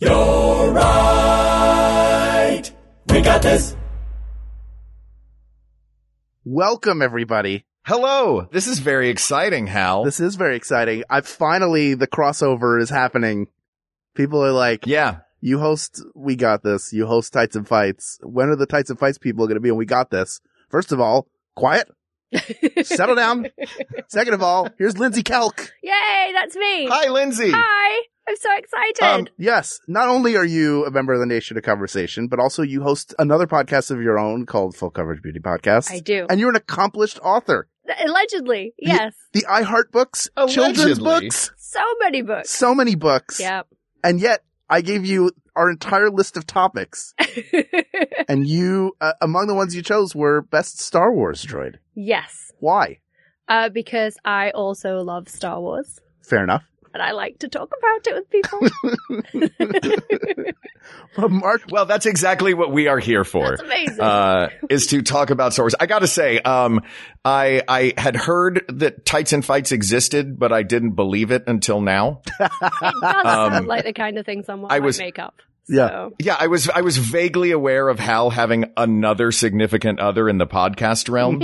You're right. We got this. Welcome, everybody. Hello. This is very exciting, Hal. This is very exciting. I finally, the crossover is happening. People are like, yeah. you host We Got This, you host Tights and Fights. When are the Tights and Fights people going to be on We Got This? First of all, quiet. Settle down. Second of all, here's Lindsay Kelk. Yay, that's me. Hi, Lindsay. Hi. I'm so excited. Um, Yes, not only are you a member of the Nation of Conversation, but also you host another podcast of your own called Full Coverage Beauty Podcast. I do. And you're an accomplished author. Allegedly, yes. The iHeart books, children's Allegedly. books, So many books. so many books. Yeah. And yet I gave you our entire list of topics. and you, uh, among the ones you chose were best Star Wars droid. yes. Why? Uh, because I also love Star Wars Fair enough. and I like to talk about it with people. But Mark, Well, that's exactly what we are here for. that's amazing. Uh, is to talk about Star Wars. I gotta say, um, I, I had heard that Tights and Fights existed, but I didn't believe it until now. it does um, sound like the kind of thing someone I might was- make up. Yeah. So, Yeah, I was, I was vaguely aware of Hal having another significant other in the podcast realm.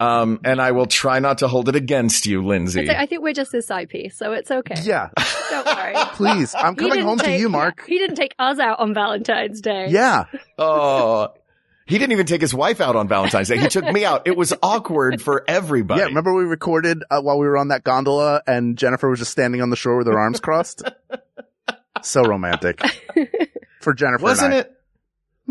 um, and I will try not to hold it against you, Lindsay. It's- I think we're just his side piece, so it's okay. yeah, Don't worry. please. I'm He coming didn't home to take- you, Mark. He didn't take us out on Valentine's Day. Yeah. Oh, he didn't even take his wife out on Valentine's Day. He took me out. It was awkward for everybody. Yeah. Remember we recorded uh, while we were on that gondola and Jennifer was just standing on the shore with her arms crossed? so romantic. For Jennifer. wasn't it? it?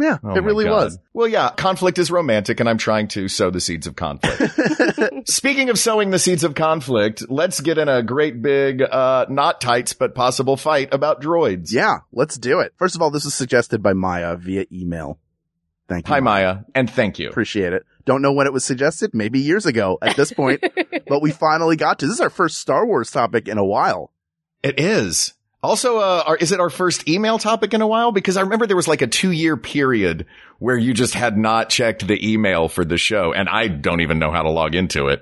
Yeah, Oh it my really God. was. Well, yeah, conflict is romantic, and I'm trying to sow the seeds of conflict. Speaking of sowing the seeds of conflict, let's get in a great big, uh, not tights, but possible fight about droids. Yeah, let's do it. First of all, this was suggested by Maya via email. Thank you. Hi, Maya, and thank you. Appreciate it. Don't know when it was suggested, maybe years ago at this point, but we finally got to. This is our first Star Wars topic in a while. It is. Also, uh, our, is it our first email topic in a while? Because I remember there was like a two year period where you just had not checked the email for the show and I don't even know how to log into it.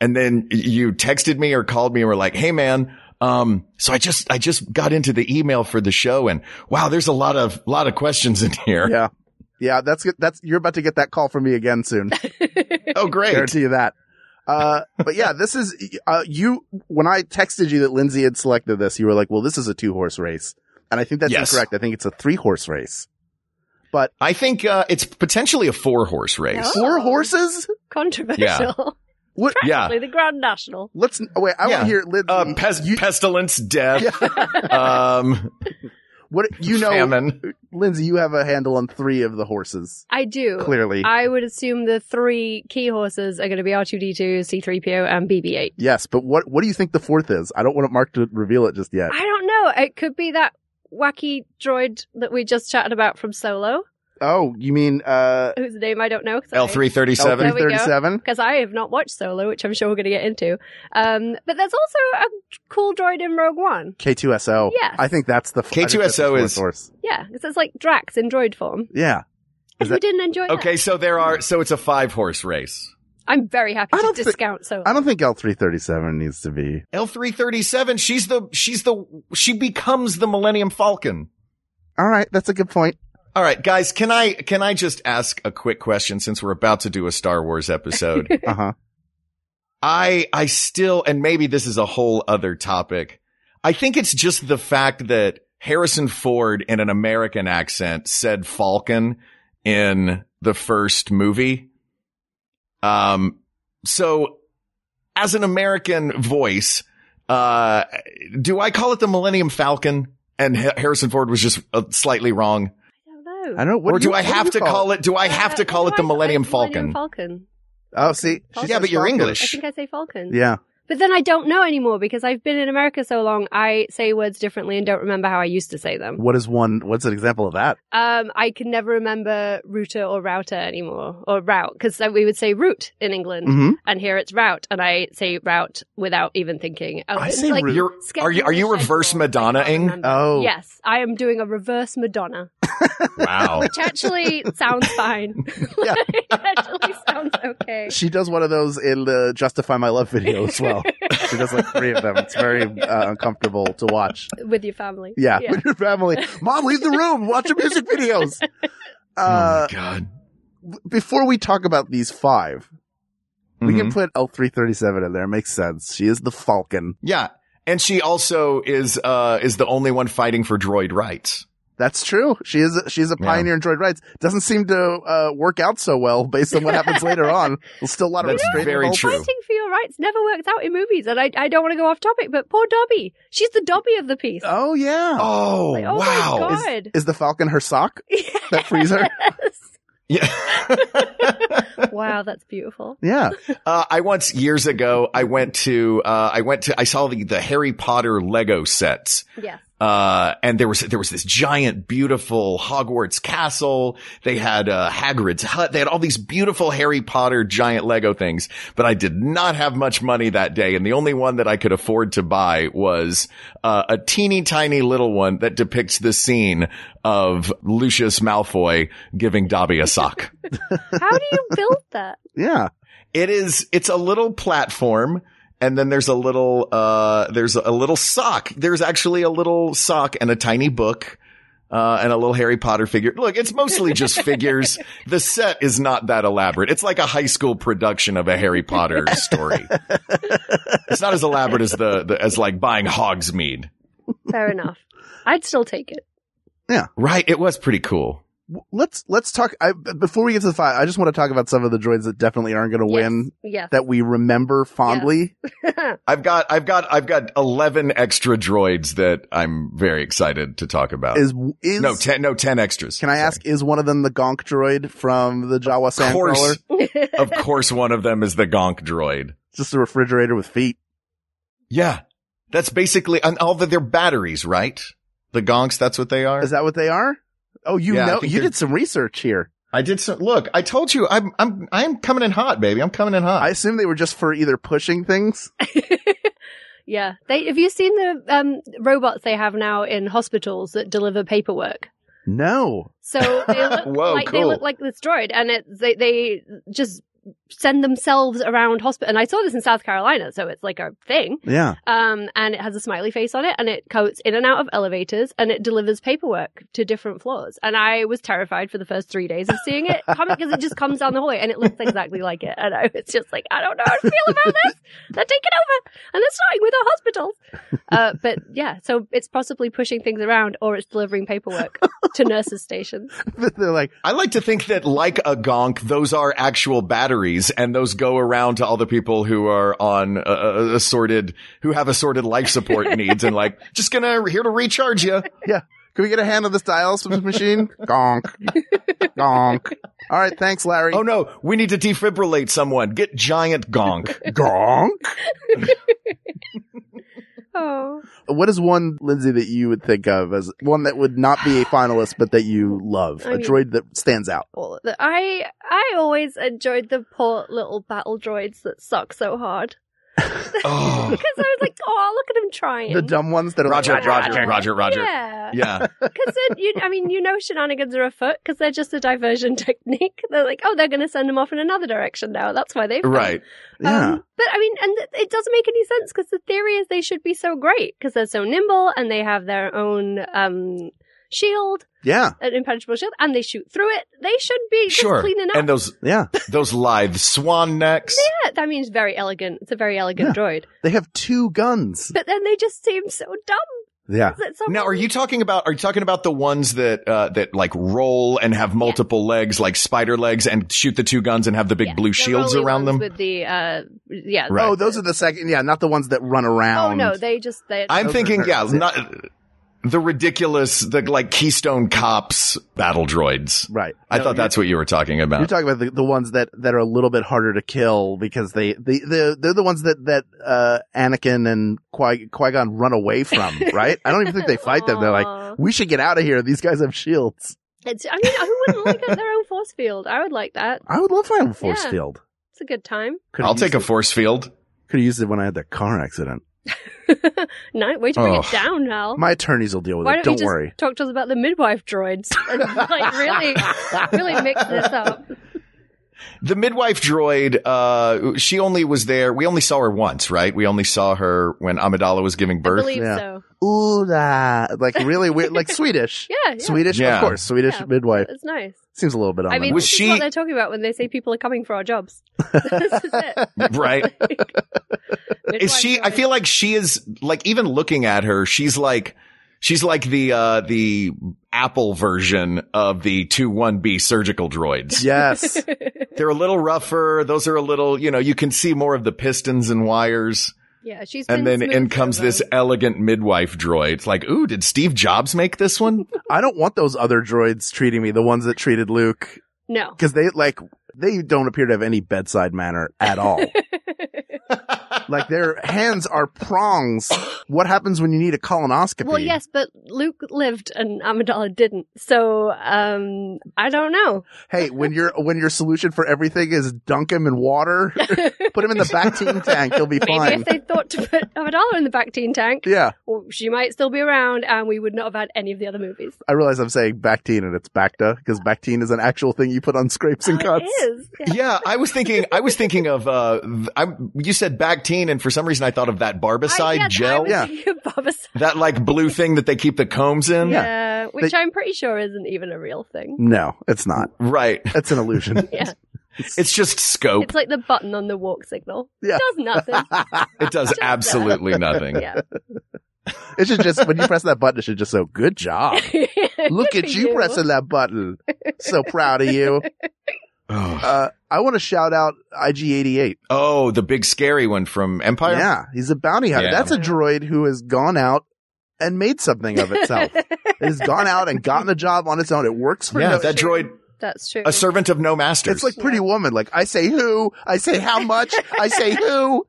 And then you texted me or called me and were like, Hey man, um, so I just, I just got into the email for the show and wow, there's a lot of, lot of questions in here. Yeah. Yeah, that's good. That's, you're about to get that call from me again soon. Oh, great. Guarantee you that. Uh, but yeah, this is, uh, you, when I texted you that Lindsay had selected this, you were like, well, this is a two horse race. And I think that's Yes. incorrect. I think it's a three horse race. I think, uh, it's potentially a four horse race. Oh. Four horses? Controversial. What? Yeah. Actually, the Grand National. Let's, oh, wait, I want Yeah. to hear Lindsay. Uh, pes- you, pestilence, death, um, what, you know, famine. Lindsay, you have a handle on three of the horses. I do. Clearly. I would assume the three key horses are going to be R2D2, C3PO, and BB8. Yes, but what what do you think the fourth is? I don't want Mark to reveal it just yet. I don't know. It could be that wacky droid that we just chatted about from Solo, Oh, you mean uh whose name I don't know. L337. There we go. L337? Because I have not watched Solo, which I'm sure we're going to get into. Um, but there's also a cool droid in Rogue One. K2SO. Yes. I think that's the I think that's the K2SO fourth is- horse. Yeah, 'cause it's like Drax in droid form. Yeah. And we that- didn't enjoy that. Okay, so there are so it's a five horse race. I'm very happy I to don't thi- discount Solo. I don't think L337 needs to be. L three thirty seven. She's the she's the she becomes the Millennium Falcon. All right, that's a good point. All right, guys, can I can I just ask a quick question since we're about to do a Star Wars episode? Uh-huh. I I still and maybe this is a whole other topic. I think it's just the fact that Harrison Ford in an American accent said Falcon in the first movie. Um so as an American voice, uh do I call it the Millennium Falcon and Ha- Harrison Ford was just uh, slightly wrong I don't know. I don't know what or do, you- I what have you to call it? do I have Uh, to call it the Millennium Falcon? Falcon. Oh, see. she Falcon. Yeah, says but you're Falcon. I English. think I say Falcon. Yeah. But then I don't know anymore because I've been in America so long. I say words differently and don't remember how I used to say them. What is one? What's an example of that? Um, I can never remember router or router anymore or route because we would say route in England Mm-hmm. and here it's route and I say route without even thinking. Oh, I it's say route. You're, are you are you reverse Madonna-ing? Oh. Yes, I am doing a reverse Madonna, Wow. which actually sounds fine. Yeah. it actually sounds okay. She does one of those in the Justify My Love video as well. she does like three of them. It's very uh, uncomfortable to watch. With your family. Yeah. With your family. Mom, leave the room. Watch your music videos. Uh, oh my god. before we talk about these 5 we can Mhm. put L337 in there. Makes sense. She is the Falcon. Yeah. And she also is uh is the only one fighting for droid rights. That's true. She is, she's a Yeah. pioneer in droid rights. Doesn't seem to, uh, work out so well based on what happens later on. There's still a lot of That's restraining very involved. true. Fighting for your rights never works out in movies, and I, I don't want to go off topic, but poor Dobby. She's the Dobby of the piece. Oh, yeah. Oh, Like, oh wow. my Is- God. Is the Falcon her sock? That freezer? Yeah. wow, that's beautiful. Yeah. Uh, I once years ago, I went to, uh, I went to, I saw the, the Harry Potter Lego sets. Yes. Uh, and there was, there was this giant, beautiful Hogwarts castle. They had, uh, Hagrid's hut. They had all these beautiful Harry Potter giant Lego things, but I did not have much money that day. And the only one that I could afford to buy was, uh, a teeny tiny little one that depicts the scene of Lucius Malfoy giving Dobby a sock. How do you build that? Yeah. It is, it's a little platform. And then there's a little, uh, there's a little sock. There's actually a little sock and a tiny book. Uh, and a little Harry Potter figure. Look, it's mostly just figures. The set is not that elaborate. It's like a high school production of a Harry Potter story. it's not as elaborate as the, the as like buying Hogsmeade. Fair enough. I'd still take it. Right? It was pretty cool. W- Let's, let's talk. I, b- before we get to the fight, I just want to talk about some of the droids that definitely aren't going to win Yes. that we remember fondly. I've got, I've got, I've got eleven extra droids that I'm very excited to talk about. Is, is, no ten, no ten extras. can I Sorry. ask, is one of them the Gonk droid from the Jawa Sandcrawler? course. of course, one of them is the Gonk droid. Just a refrigerator with feet. Yeah. That's basically, and all the, they're batteries, right? The Gonks, that's what they are. Is that what they are? Oh, you Yeah, I know, think you they're- did some research here. I did some, look, I told you, I'm, I'm, I'm coming in hot, baby. I'm coming in hot. I assume they were just for either pushing things. yeah. They have you seen the um, robots they have now in hospitals that deliver paperwork? No. So they look Whoa, like they cool. look like this droid, and it they they just send themselves around hospital. And I saw this in South Carolina, so it's like a thing. Yeah. Um, and it has a smiley face on it, and it coats in and out of elevators, and it delivers paperwork to different floors. And I was terrified for the first three days of seeing it coming because it just comes down the hallway, and it looks exactly like it. And I was just like, I don't know how to feel about this. They're taking over, and they're starting with our hospitals. Uh, but yeah, so it's possibly pushing things around, or it's delivering paperwork to nurses' stations. They're like, I like to think that like a gonk, those are actual batteries and those go around to all the people who are on uh, uh, assorted, who have assorted life support needs and like, just gonna, here to recharge you. can we get a hand on this dial from this machine? Gonk. Gonk. All right. Thanks, Larry. Oh no, we need to defibrillate someone. Get giant gonk. Gonk. Oh, What is one, Lindsay, that you would think of as one that would not be a finalist, but that you love? I a mean- droid that stands out. all of the- I I always enjoyed the poor little battle droids that suck so hard Oh. because I was like, oh, look at him trying. The dumb ones that are Roger, like, Roger, Roger, Roger. Yeah, Yeah. because you, I mean, you know, shenanigans are afoot because they're just a diversion technique. They're like, oh, they're going to send them off in another direction now. That's why they failed. Right. Yeah. Um, but I mean, and th- it doesn't make any sense because the theory is they should be so great because they're so nimble and they have their own um shield, yeah. an impenetrable shield, and they shoot through it. They should be just Sure. cleaning up. And those Yeah. those lithe swan necks. Yeah, that means very elegant. It's a very elegant droid. They have two guns. But then they just seem so dumb. Yeah. That someone, Now, are you talking about are you talking about the ones that uh, that like roll and have multiple legs, like spider legs, and shoot the two guns and have the big Yeah, blue the shields rolly around ones them? With the uh, yeah. Right. Oh, those are the second. Yeah. Not the ones that run Oh around. no, they just they. I'm Those thinking, are- yeah, yeah. not the ridiculous, the like Keystone Cops battle droids. Right. I No, thought you're- that's what you were talking about. You're talking about the, the ones that, that are a little bit harder to kill because they, they, they they're the ones that, that, uh, Anakin and Qui, Qui-Gon run away from, right? I don't even think they fight them. They're like, Aw. we should get out of here. These guys have shields. It's, I mean, who wouldn't like a- their own force field? I would like that. I would love my own force Yeah. field. It's a good time. Could've I'll used take a it- force field. Could've used it when I had that car accident. no, way to bring Oh. it down, Hal. My attorneys will deal with Why it. don't, Don't, you just worry. talk to us about the midwife droids? And, like really, really mix this up. The midwife droid, uh, she only was there. We only saw her once, right? We only saw her when Amidala was giving I birth. believe Yeah. so. Ooh, la. like really weird, like Swedish. Yeah, yeah. Swedish, Yeah. of course. Swedish Yeah. midwife That's nice. seems a little bit on I the mean, Was nose. this she- is what they're talking about when they say people are coming for our jobs. this is it. right. Is Midwife she, I droids. feel like she is like, even looking at her, she's like, she's like the, uh, the Apple version of the 2-1B surgical droids. yes. They're a little rougher. Those are a little, you know, you can see more of the pistons and wires. yeah, she's. And been then in smooth comes over. this elegant midwife droid. It's like, ooh, did Steve Jobs make this one? I don't want those other droids treating me, the ones that treated Luke, No. because they like they don't appear to have any bedside manner at all. like their hands are prongs. What happens when you need a colonoscopy? Well, yes, but Luke lived and Amidala didn't. So um, I don't know. Hey, when your when your solution for everything is dunk him in water, put him in the vaccine tank. He'll be Maybe fine. if they thought to put Amidala in the vaccine tank, Yeah, well, she might still be around, and we would not have had any of the other movies. I realize I'm saying Bactine and it's Bacta because Bactine is an actual thing you put on scrapes and Oh, cuts. it is. Yeah. Yeah, I was thinking. I was thinking of. Uh, I you said Bactine, and for some reason I thought of that I, Barbicide yes, I gel, was thinking of Barbicide. that like blue thing that they keep the combs in. Yeah, They- which I'm pretty sure isn't even a real thing. No, it's not. Right. It's an illusion. Yeah. It's just scope. It's like the button on the walk signal. Yeah. It does nothing. it does just absolutely nothing. Yeah. It should just when you press that button, it should just so good job. Look Good at for you pressing that button. So proud of you. Oh. Uh, I want to shout out IG88. Oh, the big scary one from Empire. Yeah, he's a bounty hunter. Oh, Yeah. That's a droid who has gone out and made something of itself. it has gone out and gotten a job on its own. It works for Yeah, no. that droid, That's true. a servant of no masters. it's like Pretty Woman. Like I say who, I say how much, I say who.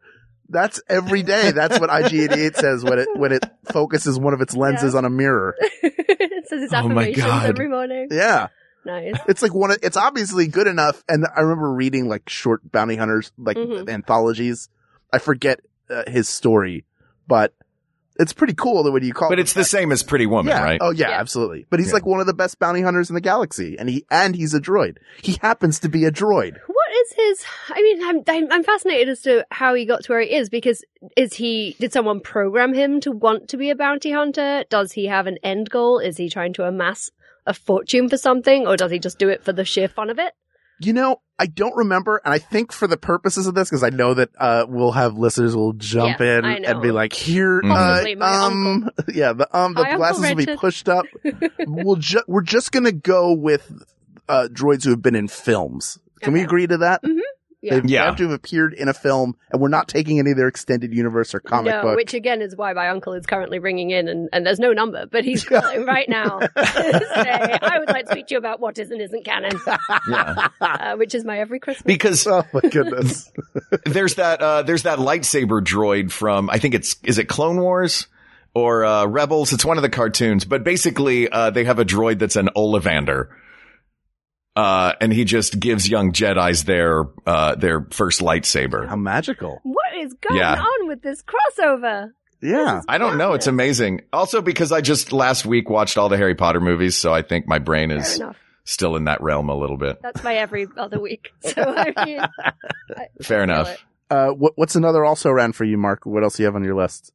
That's every day. That's what IG88 says when it when it focuses one of its lenses on a mirror. it says its Oh my affirmations God. every morning. Yeah. Nice. It's like one. Of, it's obviously good enough. And I remember reading like short bounty hunters, like Mhm. anthologies. I forget uh, his story, but it's pretty cool that when you call. but it's the same as Pretty Woman, yeah. right? Oh yeah, Yeah. absolutely. But he's Yeah. like one of the best bounty hunters in the galaxy, and he and he's a droid. He happens to be a droid. What is his? I mean, I'm, I'm I'm fascinated as to how he got to where he is because is he? Did someone program him to want to be a bounty hunter? Does he have an end goal? Is he trying to amass a fortune for something, or does he just do it for the sheer fun of it? You know, I don't remember, and I think for the purposes of this, because I know that uh, we'll have listeners will jump Yeah, in I know. and be like, "Here, Possibly uh, my um, yeah, the um, the Hi, Uncle glasses will be Richard. pushed up." we'll ju- we're just gonna go with uh, droids who have been in films. Can we Okay. agree to that? Mhm. Yeah. They've- They Yeah. have to have appeared in a film, and we're not taking any of their extended universe or comic no, book. which again is why my uncle is currently ringing in, and, and there's no number, but he's calling right now. to say, I would like to speak to you about what is and isn't canon, yeah. uh, which is my every Christmas. Because oh my goodness! there's that uh there's that lightsaber droid from I think it's is it Clone Wars or uh Rebels? It's one of the cartoons, but basically uh they have a droid that's an Olivander. Uh and he just gives young Jedi's their uh their first How lightsaber. magical! what is going Yeah. on with this crossover? Yeah, I don't know, it's amazing. Also because I just last week watched all the Harry Potter movies, so I think my brain Fair is enough. still in that realm a little bit. That's my every other week. So I mean, Fair enough. it. uh, what, what's another also ran for you, Mark? What else do you have on your list?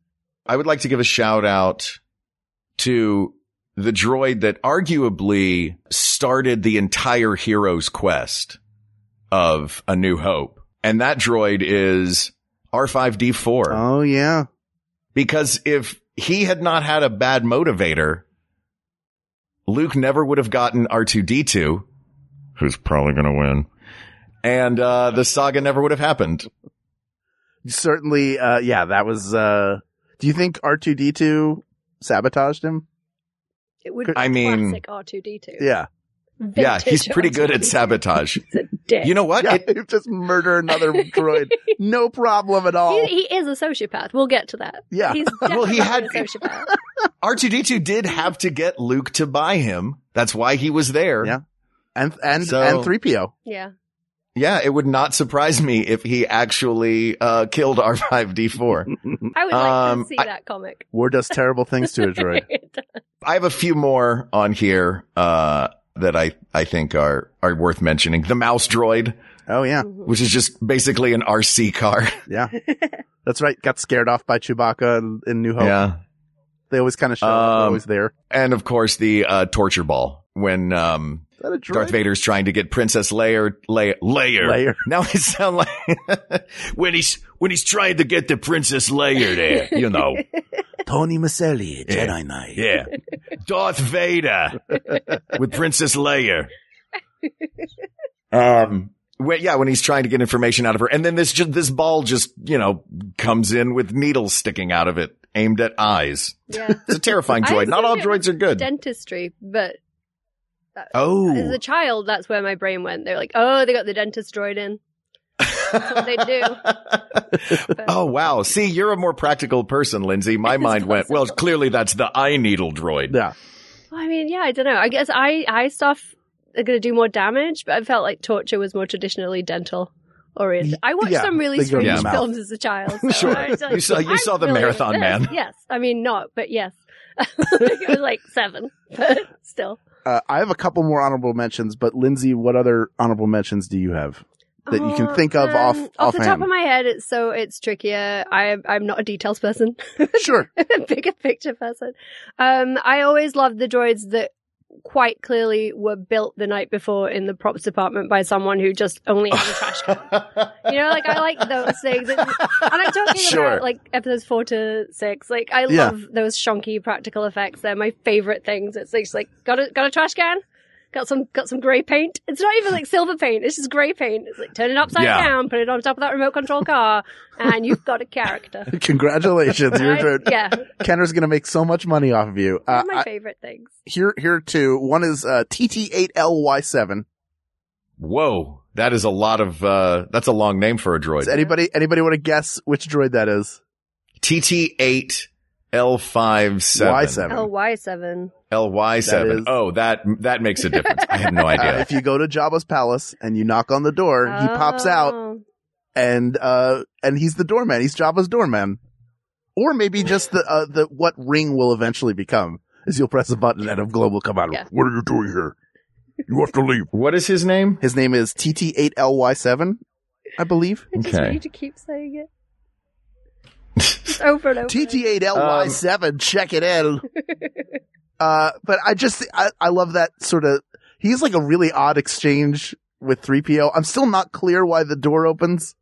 I would like to give a shout out to the droid that arguably started the entire hero's quest of A New Hope. And that droid is R5D4. Oh yeah, Because if he had not had a bad motivator, Luke never would have gotten R2D2, who's probably going to win. And uh, the saga never would have happened. certainly. Uh, yeah, that was. Uh, do you think R two D two sabotaged him? It would be I mean- classic R2D2. Yeah. Yeah, he's Vintage pretty good at R2D2. sabotage. He's a dick. You know what? Yeah. It- just murder another droid. No problem at all. he, he is a sociopath. We'll get to that. Yeah. He's Well, he definitely had- a sociopath. R2D2 did have to get Luke to buy him. That's why he was there. Yeah. And and So- and 3PO. yeah. Yeah, it would not surprise me if he actually uh, killed R5D4. I would like Um, to see I- that comic. War does terrible things to a droid. I have a few more on here uh, that I, I think are, are worth mentioning. The mouse droid, Oh yeah. Mm-hmm. which is just basically an RC car. Yeah. That's right. Got scared off by Chewbacca in- in Oh. New Hope. Yeah. They always kind of show up. They're Um, always there. And of course, the uh, torture ball when um, Is that a droid? Darth Vader's trying to get Princess Leia, Leia, Leia. Leia. Now it sound like when he's when he's trying to get the Princess Leia there, you know. Tony Maselli, Yeah. Jedi Knight. Yeah, Darth Vader with Princess Leia. Um. When, yeah, when he's trying to get information out of her, and then this ju- this ball just you know comes in with needles sticking out of it, aimed at eyes. Yeah. It's a terrifying I droid. Not assume all it was droids are good. Dentistry, but as oh, a child, that's where my brain went. They're like, oh, they got the dentist droid in. That's what they do. But- Oh wow! See, you're a more practical person, Lindsay. My It's mind went well. possible. Clearly, that's the eye needle droid. Yeah. Well, I mean, yeah, I don't know. I guess eye eye stuff are going to do more damage, but I felt like torture was more traditionally dental oriented. I watched yeah, some really they go in strange the mouth. films as a child. so Sure. I was like, You saw- you I'm saw The familiar with Marathon this. Man. Yes, I mean not, but yes. I was like seven, but still. Uh, I have a couple more honorable mentions, but Lindsay, what other honorable mentions do you have? That you can Oh, think of off- off the top offhand. of my head. It's so it's trickier. I I'm not a details person. Sure. bigger picture person. Um, I always loved the droids that quite clearly were built the night before in the props department by someone who just only had a trash can. You know, like I like those things. And, and I'm talking Sure. about like episodes four to six. Like I Yeah. love those shonky practical effects. They're my favorite things. It's like, just like got a got a trash can. Got some got some grey paint. It's not even like silver paint. It's just grey paint. It's like turn it upside Yeah. down, put it on top of that remote control car, and you've got a character. Congratulations. You're a I- droid. yeah, Kenner's going to make so much money off of you. one Uh, of my I- favorite things. here, here are two. One is uh, TT8LY7. Whoa, that is a lot of. Uh, that's a long name for a droid. Does anybody anybody want to guess which droid that is? TT8 L57 Y7. Oh, LY7. That LY7. is- oh, that that makes a difference. I had no Uh, idea. if you go to Jabba's palace and you knock on the door, he pops out Oh. and uh and he's the doorman. He's Jabba's doorman, or maybe just the uh, the what ring will eventually become is you'll press a button and a globe will come out. Yeah. What are you doing here? You have to leave. What is his name? His name is TT8LY7, I believe. I just Okay. want you to keep saying it. Just over and over. TT8LY7, Um, check it in. uh, but I just, I, I love that sort of, he's like a really odd exchange with 3PO. I'm still not clear why the door opens.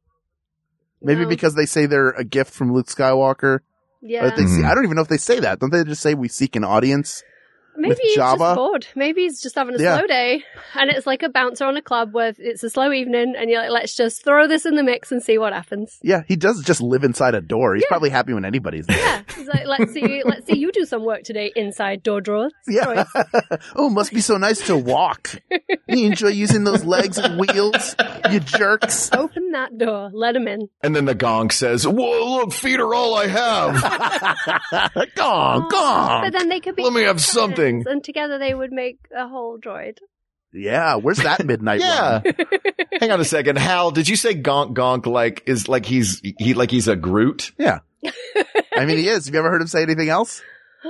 Maybe No. because they say they're a gift from Luke Skywalker. Or Yeah. they see, Mhm. I don't even know if they say that. Don't they just say we seek an audience? Maybe with he's Java. just bored. Maybe he's just having a Yeah. slow day. And it's like a bouncer on a club where it's a slow evening and you're like, let's just throw this in the mix and see what happens. Yeah, he does just live inside a door. He's Yeah. probably happy when anybody's there. Yeah. He's like, let's see let's see you do some work today inside door drawers. Yeah. oh, must be so nice to walk. you enjoy using those legs and wheels, you jerks. Open that door, let him in. And then the gong says, "Whoa, look, feet are all I have. Gong, But gong. then they could be Oh, Let me have something." and together they would make a whole droid. Yeah, where's that midnight? Yeah. run? Hang on a second, Hal. Did you say gonk gonk like is like he's he like he's a Groot? I mean, he is. Have you ever heard him say anything else?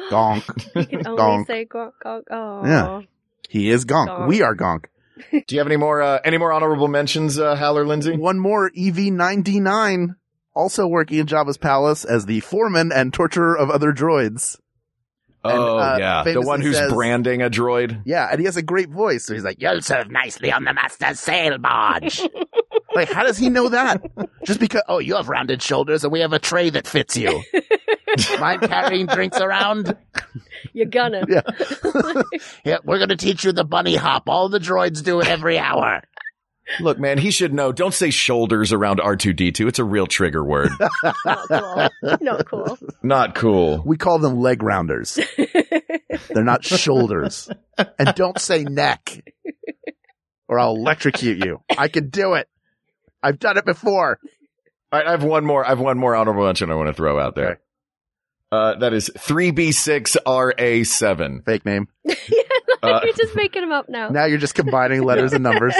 Gonk. You can only Gonk. say gonk gonk. Oh. Yeah. He is gonk. Gonk. We are gonk. Do you have any more uh, any more honorable mentions, uh, Hal or Lindsay? One more E EV99, also working in Jabba's palace as the foreman and torturer of other droids. and, oh uh, yeah, the famously one who's says- branding a droid. Yeah, and he has a great voice. So he's like, "You'll serve nicely on the master's sail barge." like, how does he know that? Just because? Oh, you have rounded shoulders, and we have a tray that fits you. Mind carrying drinks around? You're gonna. Yeah. Yeah, we're going to teach you the bunny hop. All the droids do it every hour. Look, man, he should know. Don't say shoulders around R2D2. It's a real trigger word. Not cool. Not cool. Not cool. We call them leg rounders. They're not shoulders. And don't say neck or I'll electrocute you. I can do it. I've done it before. All right, I have one more. I have one more honorable mention I want to throw out there. Okay. Uh, that is 3B6RA7. Fake name. Uh, You're just making them up now. Now you're just combining letters and numbers.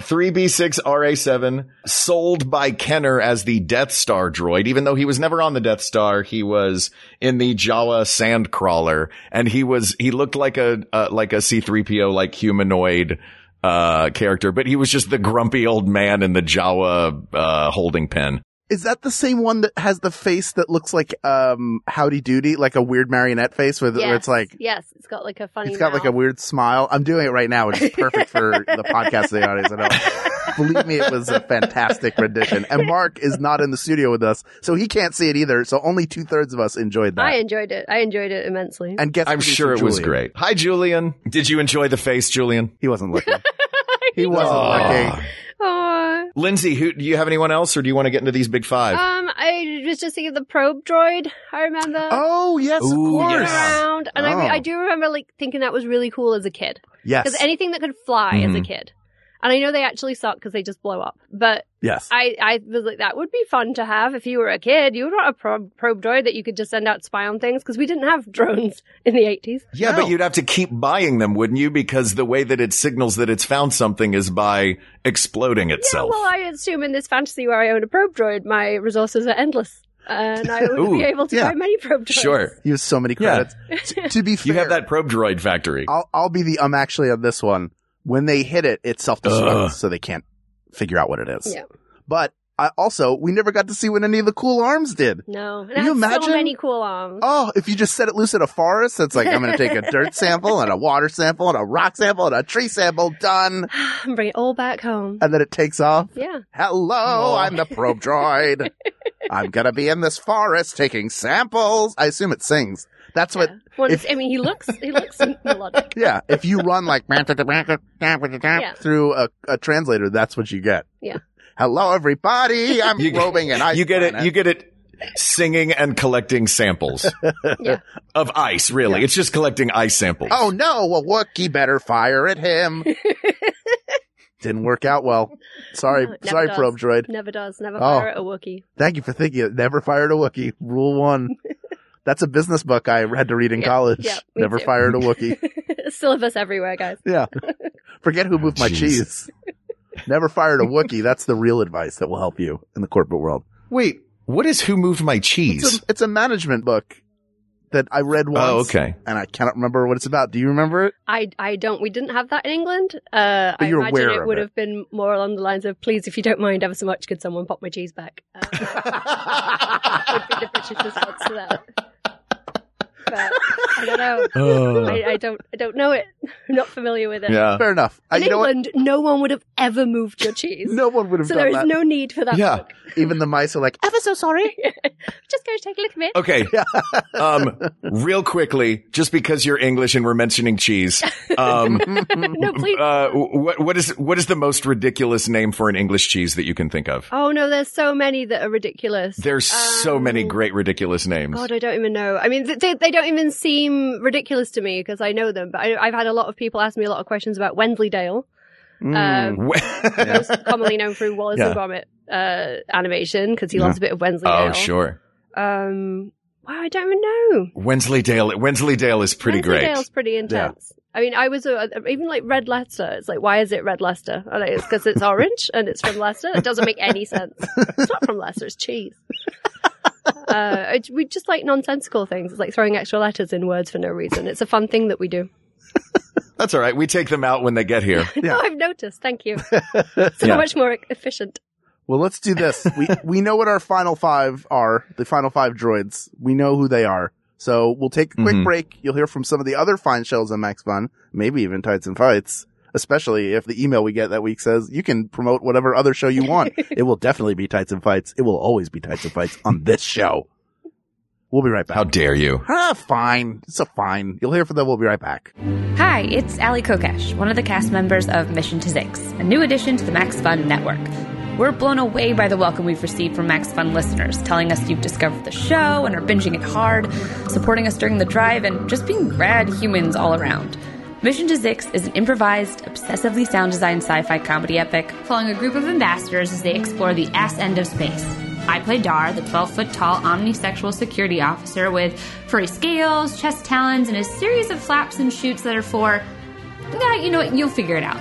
3B6RA7, sold by Kenner as the Death Star droid, even though he was never on the Death Star. He was in the Jawa Sandcrawler, and he was he looked like a uh, like a C3PO like humanoid uh character, but he was just the grumpy old man in the Jawa uh holding pen. Is that the same one that has the face that looks like um Howdy Doody, like a weird marionette face with where it's like yes, it's got like a funny. it's got like a mouth. weird smile. I'm doing it right now, which is perfect for the podcast the audience. I know. Believe me, it was a fantastic rendition. And Mark is not in the studio with us, so he can't see it either. So only two thirds of us enjoyed that. I enjoyed it. I enjoyed it immensely. and guess I'm producer sure it was Julian. great. Hi Julian. Did you enjoy the face, Julian? He wasn't looking. he wasn't Aw. looking. Aw. Lindsay, who do you have anyone else or do you want to get into these big five? Um, I was just thinking of the probe droid. I remember. Oh yes, Ooh, of course. yeah. Around, and I, re- Oh. I do remember like thinking that was really cool as a kid because Yes, Mm-hmm. anything that could fly as a Mhm. kid, and I know they actually suck because they just blow up. But yes. I, I was like, that would be fun to have if you were a kid. You would want a probe, probe droid that you could just send out to spy on things because we didn't have drones in the eighties. Yeah, but you'd have to keep buying them, wouldn't you? Because the way that it signals that it's found something is by exploding Yeah, itself. well, I assume in this fantasy where I own a probe droid, my resources are endless, and I would be Ooh, able to yeah. buy many probe droids. sure. He was so many Yeah. credits. T- to be fair, You have that probe droid factory. I'll I'll be the um actually on this one. When they hit it, it self Ugh. destructs, so they can't figure out what it is. Yeah. But I also we never got to see what any of the cool arms did. No, and Can I you have imagine? so many cool arms. Oh, if you just set it loose in a forest, it's like I'm going to take a dirt sample and a water sample and a rock sample and a tree sample. Done, and bring it all back home. and then it takes off. Yeah. Hello, I'm the probe droid. I'm gonna be in this forest taking samples. I assume it sings. That's what. yeah. Well, if- it's- I mean, he looks he looks melodic. Yeah, if you run like through a, a translator, that's what you get. Yeah. Hello, everybody. I'm You- roaming and I. you get it. You get it. Singing and collecting samples Yeah. of ice. Really, it's just collecting ice samples. Oh no, a Wookiee better fire at him. Didn't work out well. Sorry, No, it never sorry, does. probe droid. Never does. Never Oh. fire at a Wookiee. Thank you for thinking it. Never fired a Wookiee. Rule one. That's a business book I had to read in Yeah, college. yeah, me Never too. fired a Wookiee. Syllabus everywhere, guys. Yeah. Forget who moved my Jeez. cheese. Never fired a Wookiee. That's the real advice that will help you in the corporate world. wait, what is who moved my It's cheese? a, it's a management book that I read once. oh, okay. And I cannot remember what it's about. Do you remember it? I I don't. We didn't have that in England. Uh, But I you're imagine aware it of would it. have been more along the lines of, "Please, if you don't mind ever so much, could someone pop my cheese back?" Uh, would be the British response to that. But I don't know. Oh. I, I don't. I don't know it. I'm not familiar with it. Yeah. Fair enough. I, In Uh, you know what? England, no one would have ever moved your cheese. No one would have so there done is that. no need for that. Yeah. Even the mice are like, ever so sorry. Just go take a look at it. Okay. Um, real quickly, just because you're English and we're mentioning cheese, um, no, please. uh, what what is what is the most ridiculous name for an English cheese that you can think of? Oh no, there's so many that are ridiculous. There's so Um, many great ridiculous names. God, I don't even know. I mean, th- they, they don't even seem ridiculous to me because I know them. But I, I've had a lot of people ask me a lot of questions about Wensleydale, Mm. um, We- most commonly known through Wallace Yeah. and Gromit uh, animation because he loves a bit of Wensleydale. oh, sure. Um, wow, I don't even know. Wensleydale. Wensleydale is pretty Wensleydale's pretty intense. I mean, I was uh, even like Red Leicester. It's like, why is it Red Leicester? And I- it's because it's orange and it's from Leicester. It doesn't make any sense. It's not from Leicester. It's cheese. Uh, it- we just like nonsensical things. It's like throwing extra letters in words for no reason. It's a fun thing that we do. great. That's all right. We take them out when they get here. Yeah. Oh, I've noticed. Thank you. so Yeah. much more efficient. Well, let's do this. We we know what our final five are. The final five droids. We know who they are. So we'll take a quick Mhm. break. You'll hear from some of the other fine shells on Max Fun, maybe even Tights and Fights. Especially if the email we get that week says you can promote whatever other show you want. it will definitely be Tights and Fights. It will always be Tights and Fights on this show. We'll be right back. How dare you? ah, fine. It's a fine. You'll hear from them. We'll be right back. Hi, it's Ali Kokesh, one of the cast members of Mission to Zix, a new addition to the Max Fun network. We're blown away by the welcome we've received from Max Fun listeners, telling us you've discovered the show and are binging it hard, supporting us during the drive, and just being rad humans all around. Mission to Zix is an improvised, obsessively sound designed sci fi comedy epic following a group of ambassadors as they explore the ass end of space. I play Dar, the 12 foot tall omnisexual security officer with furry scales, chest talons, and a series of flaps and shoots that are for. Nah, you know what? You'll figure it out.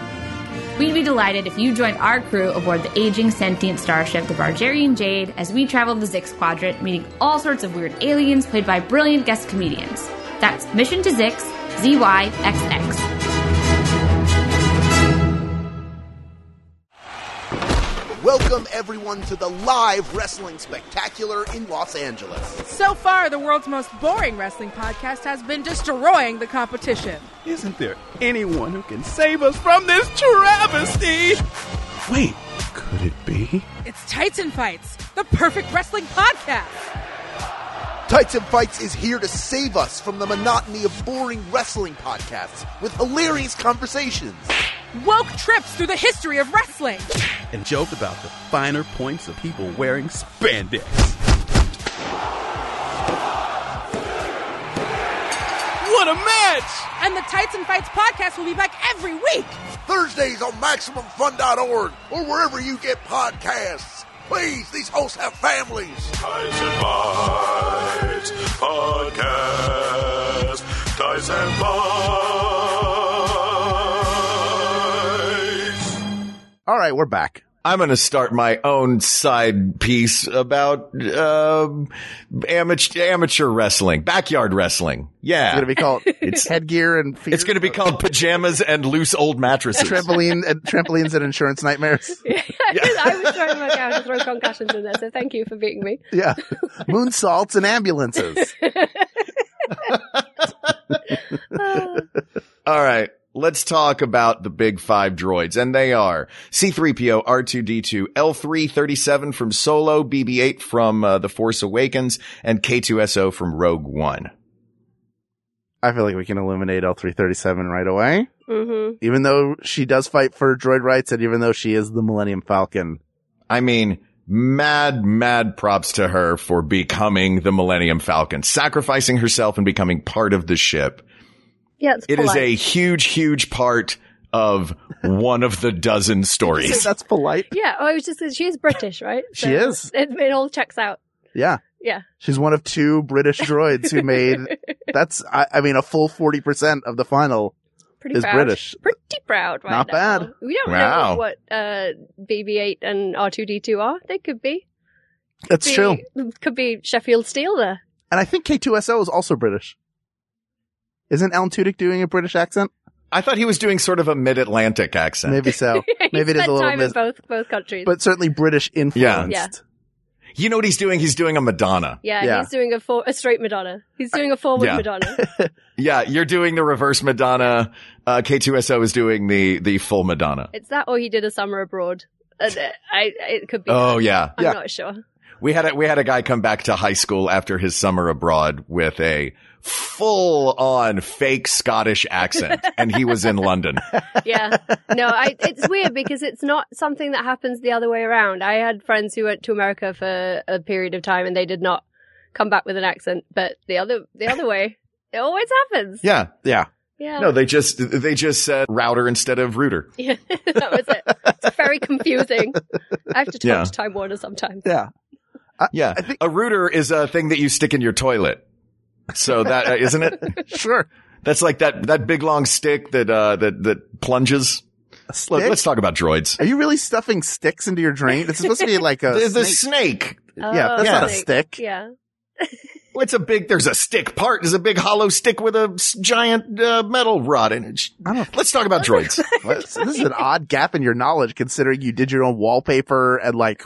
We'd be delighted if you joined our crew aboard the aging sentient starship, the Bargerian Jade, as we travel the Zix Quadrant, meeting all sorts of weird aliens played by brilliant guest comedians. That's Mission to Zix, ZYXX. Welcome everyone to the live wrestling spectacular in Los Angeles. So far, the world's most boring wrestling podcast has been destroying the competition. Isn't there anyone who can save us from this travesty? Wait, could it be? It's Titan Fights, the perfect wrestling podcast. Titan Fights is here to save us from the monotony of boring wrestling podcasts with hilarious conversations. Woke trips through the history of wrestling. And joked about the finer points of people wearing spandex. What a match! And the Titan Fights podcast will be back every week. Thursdays on MaximumFun.org or wherever you get podcasts. Please, these hosts have families. Tyson Bites Podcast. Tyson Bites. All right, we're back. I'm going to start my own side piece about um amateur amateur wrestling, backyard wrestling. It's Yeah, going to be called it's, headgear and fear. it's going to be called pajamas and loose old mattresses. trampoline and trampolines and insurance nightmares. I was trying to work out how to throw concussions in there, so thank you for beating me. Yeah, moonsaults and ambulances. Uh, All right. Let's talk about the big five droids, and they are C3PO, R2D2, L337 from Solo, BB8 from uh, The Force Awakens, and K2SO from Rogue One. I feel like we can eliminate L three thirty seven right away. mhm. Even though she does fight for droid rights, and even though she is the Millennium Falcon, I mean, mad, mad props to her for becoming the Millennium Falcon, sacrificing herself and becoming part of the ship. Yeah, it's It is polite. a huge, huge part of one of the dozen stories. that's polite. Yeah, I was just she is British, right? She is. It, it all checks out. Yeah. Yeah. She's one of two British droids who made that's I, I mean a full forty percent of the final Pretty is proud. British. Pretty proud. Right Not now. bad. We don't Wow. know what uh, BB-8 and R2D2 are. They could be. That's be- true. Could be Sheffield Steel there. And I think K2SO is also British. Isn't Alan Tudyk doing a British accent? I thought he was doing sort of a mid-Atlantic accent. Maybe so. Maybe it is Spent a little time in bit, both both countries. but certainly British influenced. Yeah. You know what he's doing? He's doing a Madonna. yeah, yeah. he's doing a for, a straight Madonna. He's doing a forward Yeah. Madonna. Yeah, you're doing the reverse Madonna. Uh, K2SO is doing the, the full Madonna. It's that, or he did a summer abroad. And, uh, I it could be. Oh yeah. I'm not sure. We had a, we had a guy come back to high school after his summer abroad with a full on fake Scottish accent and he was in London. yeah. No, I, it's weird because it's not something that happens the other way around. I had friends who went to America for a period of time and they did not come back with an accent, but the other the other way, it always happens. Yeah. Yeah. Yeah, No, they just, they just said router instead of rooter. yeah. that was it. It's very confusing. I have to talk Yeah. to Time Warner sometimes. Yeah. Yeah. I think- a rooter is a thing that you stick in your toilet. So that, uh, isn't it? Sure. That's like that, that big long stick that, uh, that, that plunges. A stick? Let- Let's talk about droids. Are you really stuffing sticks into your drain? It's supposed to be like a There's a snake. snake. Yeah, Oh, that's not a like- stick. Yeah, Well, It's a big, there's a stick part. There's a big hollow stick with a s- giant uh, metal rod in it. I don't- Let's talk about droids. What? So this is an odd gap in your knowledge considering you did your own wallpaper and like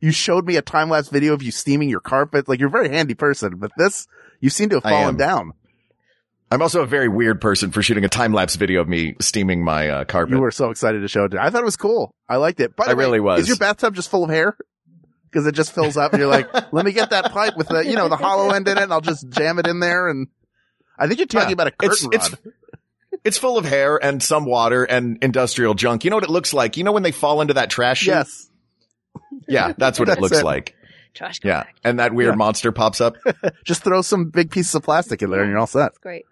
you showed me a time lapse video of you steaming your carpet. Like you're a very handy person, but this you seem to have I fallen am. down. I'm also a very weird person for shooting a time lapse video of me steaming my uh, carpet. You were so excited to show it. to I thought it was cool. I liked it. By the I way, really was. Is your bathtub just full of hair? because it just fills up. And you're like, let me get that pipe with the you know the hollow end in it, and I'll just jam it in there. And I think you're talking about a curtain It's- rod. it's- It's full of hair and some water and industrial junk. You know what it looks like? You know when they fall into that trash chute? Yes. Yeah, that's what That's it looks it. like. Trash. Yeah. And that weird Yeah. monster pops up. just throw some big pieces of plastic in there, and you're all set. Great.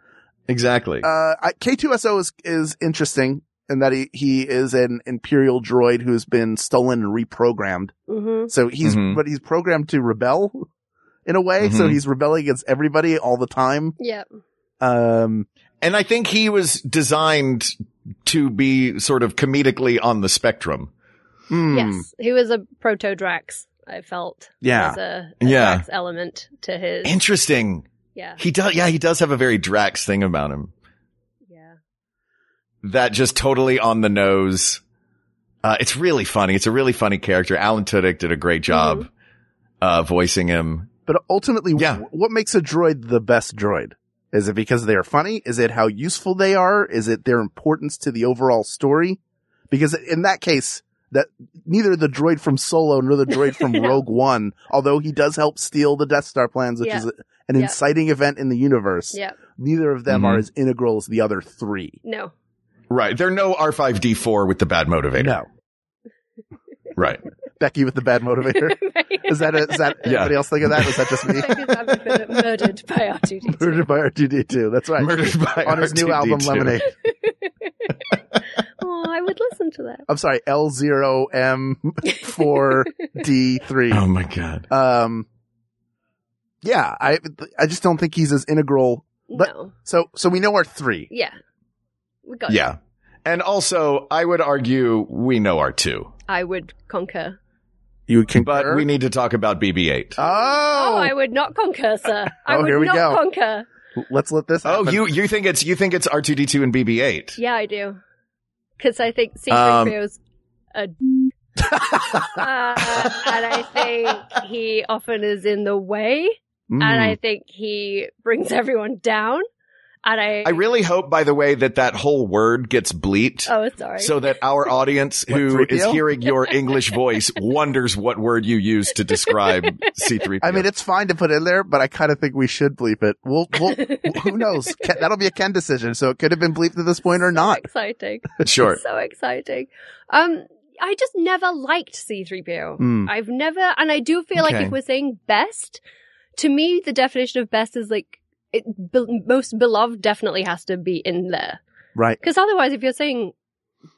Exactly. Uh, I- K2SO is, is interesting in that he, he is an Imperial droid who's been stolen and reprogrammed. Mm-hmm. So he's, Mhm. but he's programmed to rebel in a way. So Mhm. he's rebelling against everybody all the time. Yep. Um, and I think he was designed to be sort of comedically on the spectrum. Hmm. Yes. He was a proto Drax. I felt. Yeah. There's a, a Yeah. Drax element to his. Interesting. yeah. He does, yeah, he does have a very Drax thing about him. Yeah. That just totally on the nose. Uh, it's really funny. It's a really funny character. Alan Tudyk did a great job, Mm-hmm. uh, voicing him. but ultimately, w- what makes a droid the best droid? Is it because they are funny? Is it how useful they are? Is it their importance to the overall story? Because in that case, that neither the droid from Solo nor the droid from Rogue One, although he does help steal the Death Star plans, which Yeah. is an Yeah. inciting event in the universe, Yep. neither of them Mhm. are as integral as the other three. No. Right. They're no R5D4 with the bad motivator. No. Right. Becky with the bad motivator. is that a, is that Yeah. anybody else think of that? Was that just me? I've been murdered by R2D2. Murdered by R2D2. That's right. Murdered by on his new album R2D2. Lemonade. Oh, I would listen to that. I'm sorry, L0M4D3. Oh my God. Um, yeah, I I just don't think he's as integral. But, No. So so we know our three. Yeah. We got it. Yeah. And also, I would argue we know our two, I would conquer. You can, but we need to talk about BB 8. Oh, Oh, I would not conquer, sir. I Oh, would here we not go. conquer. let's let this. Oh, happen. you, you think it's, you think it's R2D2 and BB 8. Yeah, I do. Because I think C3PO's Um, a. D- uh, and I think he often is in the way. And I think he brings everyone down. And I. I really hope, by the way, that that whole word gets bleeped. oh, sorry. So that our audience What, who is 3PO? hearing your English voice wonders what word you use to describe C3PO. I mean, it's fine to put in there, but I kind of think we should bleep it. We'll, we'll who knows? Ken, that'll be a Ken decision. So it could have been bleeped at this point or not. exciting. sure. So exciting. Um, I just never liked C3PO. Hmm. I've never, and I do feel like Okay. if we're saying best, to me, the definition of best is like, it, be, most beloved definitely has to be in there. Right. Because otherwise, if you're saying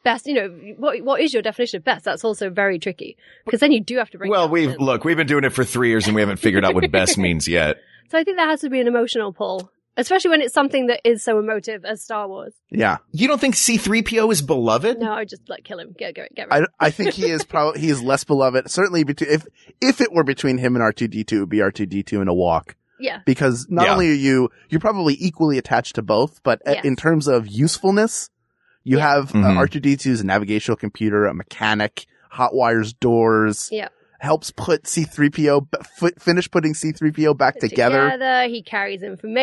best, you know, what what is your definition of best? That's also very tricky. Because then you do have to bring. Well, it we've up. look, we've been doing it for three years and we haven't figured out what best means yet. So I think there has to be an emotional pull, especially when it's something that is so emotive as Star Wars. Yeah. You don't think C3PO is beloved? No, I just like kill him. Get get get rid. I, I think he is probably he is less beloved. Certainly, between if if it were between him and R two D two, it'd be R two D two in a walk. yeah. Because not Yeah. only are you you're probably equally attached to both, but a- Yes. in terms of usefulness, you have uh, Mhm. R two D two is a navigational computer, a mechanic, hot wires doors. Yeah. Helps put C three PO finish putting C three PO back together. He carries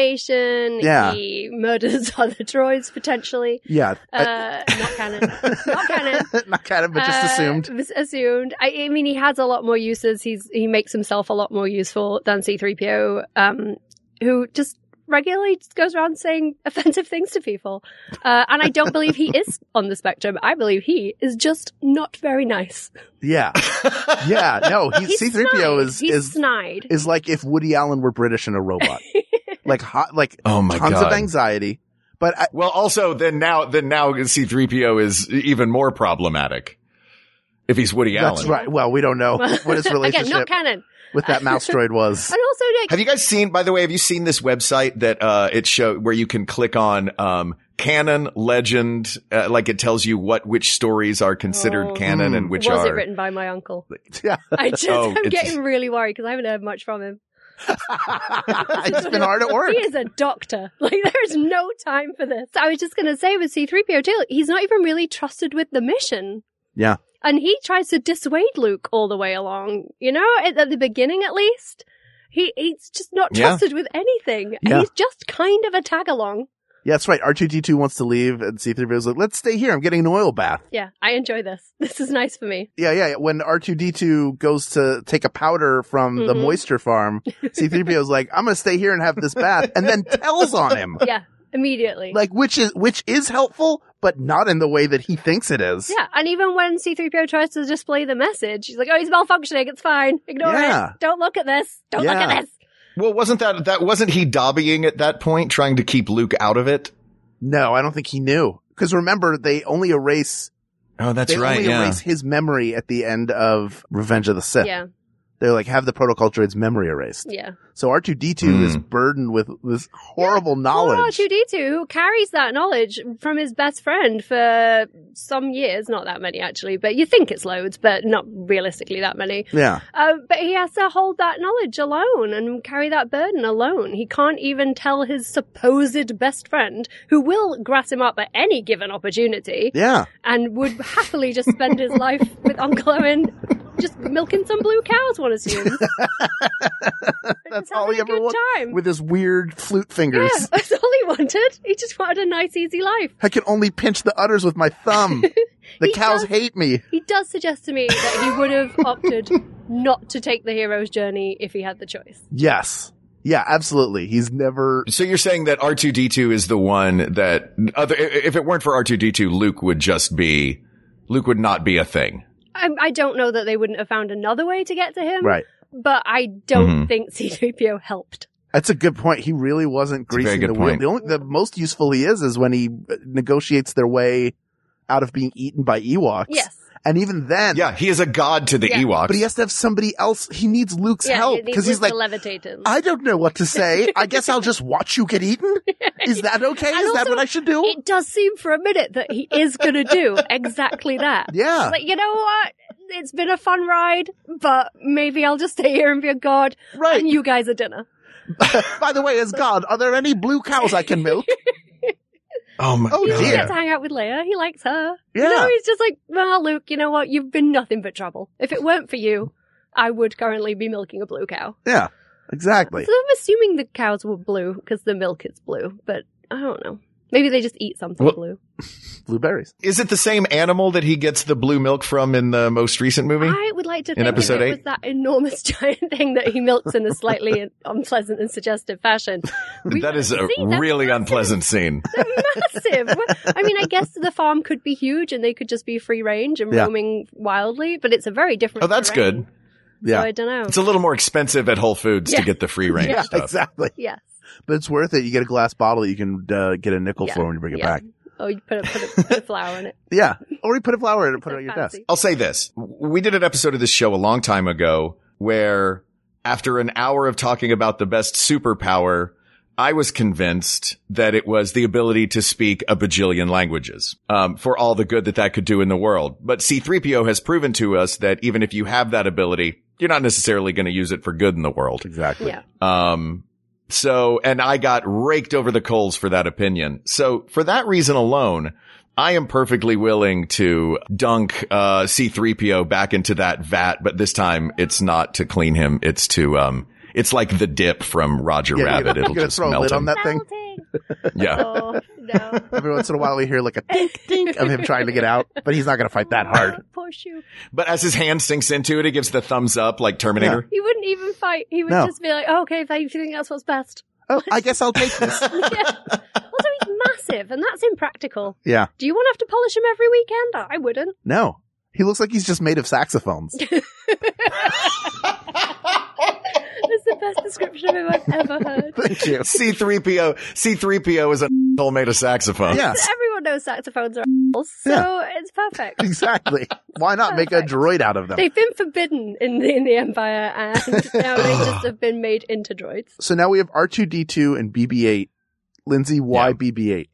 information. Yeah. He murders other droids potentially. Yeah. Uh, not canon. Not canon. not canon, but just Uh, assumed. was assumed. I, I mean, he has a lot more uses. He's he makes himself a lot more useful than C-3PO, um, who just regularly just goes around saying offensive things to people. Uh, and I don't believe he is on the spectrum. I believe he is just not very nice. Yeah. yeah. No, He's C three PO snide. is He's is snide. is like if Woody Allen were British and a robot. like hot, like Oh my tons of God. anxiety. But I, Well, also then now then now C3PO is even more problematic if he's Woody that's Allen. right. Well, we don't know what his relationship Again, not canon. with that mouse droid was. And also, like, Have you guys seen by the way, have you seen this website that uh it show where you can click on um canon legend uh, like it tells you what which stories are considered Oh. canon and Mm. which was are it written by my uncle? Yeah, I just, Oh, I'm it's- getting really worried because I haven't heard much from him. it's been hard at work. He is a doctor. Like there is no time for this. I was just gonna say with C-3PO too, he's not even really trusted with the mission. Yeah. And he tries to dissuade Luke all the way along, you know, at, at the beginning at least. He he's just not Yeah. trusted with anything. And Yeah. he's just kind of a tag along. Yeah, that's right. R2D2 wants to leave, and C3PO's like, let's stay here. I'm getting an oil bath. Yeah, I enjoy this. This is nice for me. Yeah, yeah. yeah. When R2D2 goes to take a powder from the Mhm. moisture farm, C3PO's like, I'm going to stay here and have this bath, and then tells on him. Yeah, immediately. Like, which is, which is helpful, but not in the way that he thinks it is. yeah, and even when C3PO tries to display the message, he's like, "Oh, he's malfunctioning. It's fine. Ignore Yeah. it. Don't look at this. Don't look Yeah. at this." Well, wasn't that that wasn't he dobbying at that point, trying to keep Luke out of it? No, I don't think he knew. Because remember, they only erase. Oh, that's they right, Only yeah. erase his memory at the end of Revenge of the Sith. Yeah, They're like, have the protocol droid's memory erased. yeah. So R2D2 Hmm. is burdened with this horrible knowledge. Poor R2D2 carries that knowledge from his best friend for some years, not that many actually, but you think it's loads, but not realistically that many. Yeah. Uh, but he has to hold that knowledge alone and carry that burden alone. He can't even tell his supposed best friend, who will grass him up at any given opportunity. Yeah. And would happily just spend his life with Uncle Owen, just milking some blue cows, one assumes. That's all he ever wanted time. with his weird flute fingers. Yeah, that's all he wanted. He just wanted a nice, easy life. I can only pinch the udders with my thumb. The He cows does- hate me. He does suggest to me that he would have opted not to take the hero's journey if he had the choice. Yes. Yeah, absolutely. He's never. So you're saying that R2D2 is the one that other if it weren't for R2D2, Luke would just be Luke would not be a thing. I, I don't know that they wouldn't have found another way to get to him. Right. But I Mhm. don't think C3PO helped. That's a good point. He really wasn't a very greasing good the wheel. point. The only, the most useful he is is when he uh, negotiates their way out of being eaten by Ewoks. Yes. And even then. Yeah, he is a god to the Yeah. Ewoks. But he has to have somebody else. He needs Luke's Yeah, help it needs because he's Luke like, to levitate him. I don't know what to say. I guess I'll just watch you get eaten. Is that okay? And is that also, what I should do? It does seem for a minute that he is going to do exactly that. Yeah. Like, you know what? It's been a fun ride, but maybe I'll just stay here and be a god. Right. And you guys are dinner. By the way, as God, are there any blue cows I can milk? oh my oh, He doesn't dear. get to hang out with Leia. He likes her. Yeah. You know, he's just like, well, Luke, you know what? You've been nothing but trouble. If it weren't for you, I would currently be milking a blue cow. Yeah, exactly. So I'm assuming the cows were blue because the milk is blue, but I don't know. Maybe they just eat something Well- blue. Blueberries. Is it the same animal that he gets the blue milk from in the most recent movie? I would like to In think if episode it eight? was that enormous giant thing that he milks in a slightly unpleasant and suggestive fashion. that is a see, that's really unpleasant scene. Massive. I mean, I guess the farm could be huge and they could just be free range and Yeah. roaming wildly, but it's a very different. Oh, that's terrain. good. Yeah. I dunno. It's a little more expensive at Whole Foods Yeah. to get the free range Yeah. stuff. Exactly. Yes. But it's worth it. You get a glass bottle that you can uh, get a nickel Yeah. for when you bring it Yeah. back. Oh, you put a, put a, put a flower in it. Yeah. Or you put a flower in it and put it on your fancy. desk. I'll say this. We did an episode of this show a long time ago where after an hour of talking about the best superpower, I was convinced that it was the ability to speak a bajillion languages um, for all the good that that could do in the world. But C3PO has proven to us that even if you have that ability, you're not necessarily going to use it for good in the world. Exactly. Yeah. Um, so, and I got raked over the coals for that opinion. So for that reason alone, I am perfectly willing to dunk, uh, C3PO back into that vat, but this time it's not to clean him. It's to, um, it's like the dip from Roger Yeah, Rabbit. you're It'll gonna just throw a melt lid him. on that thing. Yeah. Oh, no. Every once in a while, we hear like a dink, dink of him trying to get out, but he's not going to fight that hard. Oh, Poor shoe. But as his hand sinks into it, it gives the thumbs up like Terminator. He wouldn't even fight. He would No. just be like, oh, okay, if you think that's what's best. Oh, I guess I'll take this. Also, he's massive, and that's impractical. Yeah. Do you want to have to polish him every weekend? I wouldn't. No. He looks like he's just made of saxophones. That's the best description of him I've ever heard. Thank you. C3PO, C3PO is a hole made of saxophone. Everyone knows saxophones are assholes, so Yeah. it's perfect. Exactly. Why not make a droid out of them? They've been forbidden in the, in the Empire, and now they just have been made into droids. So now we have R2D2 and BB8. Lindsay, why BB8?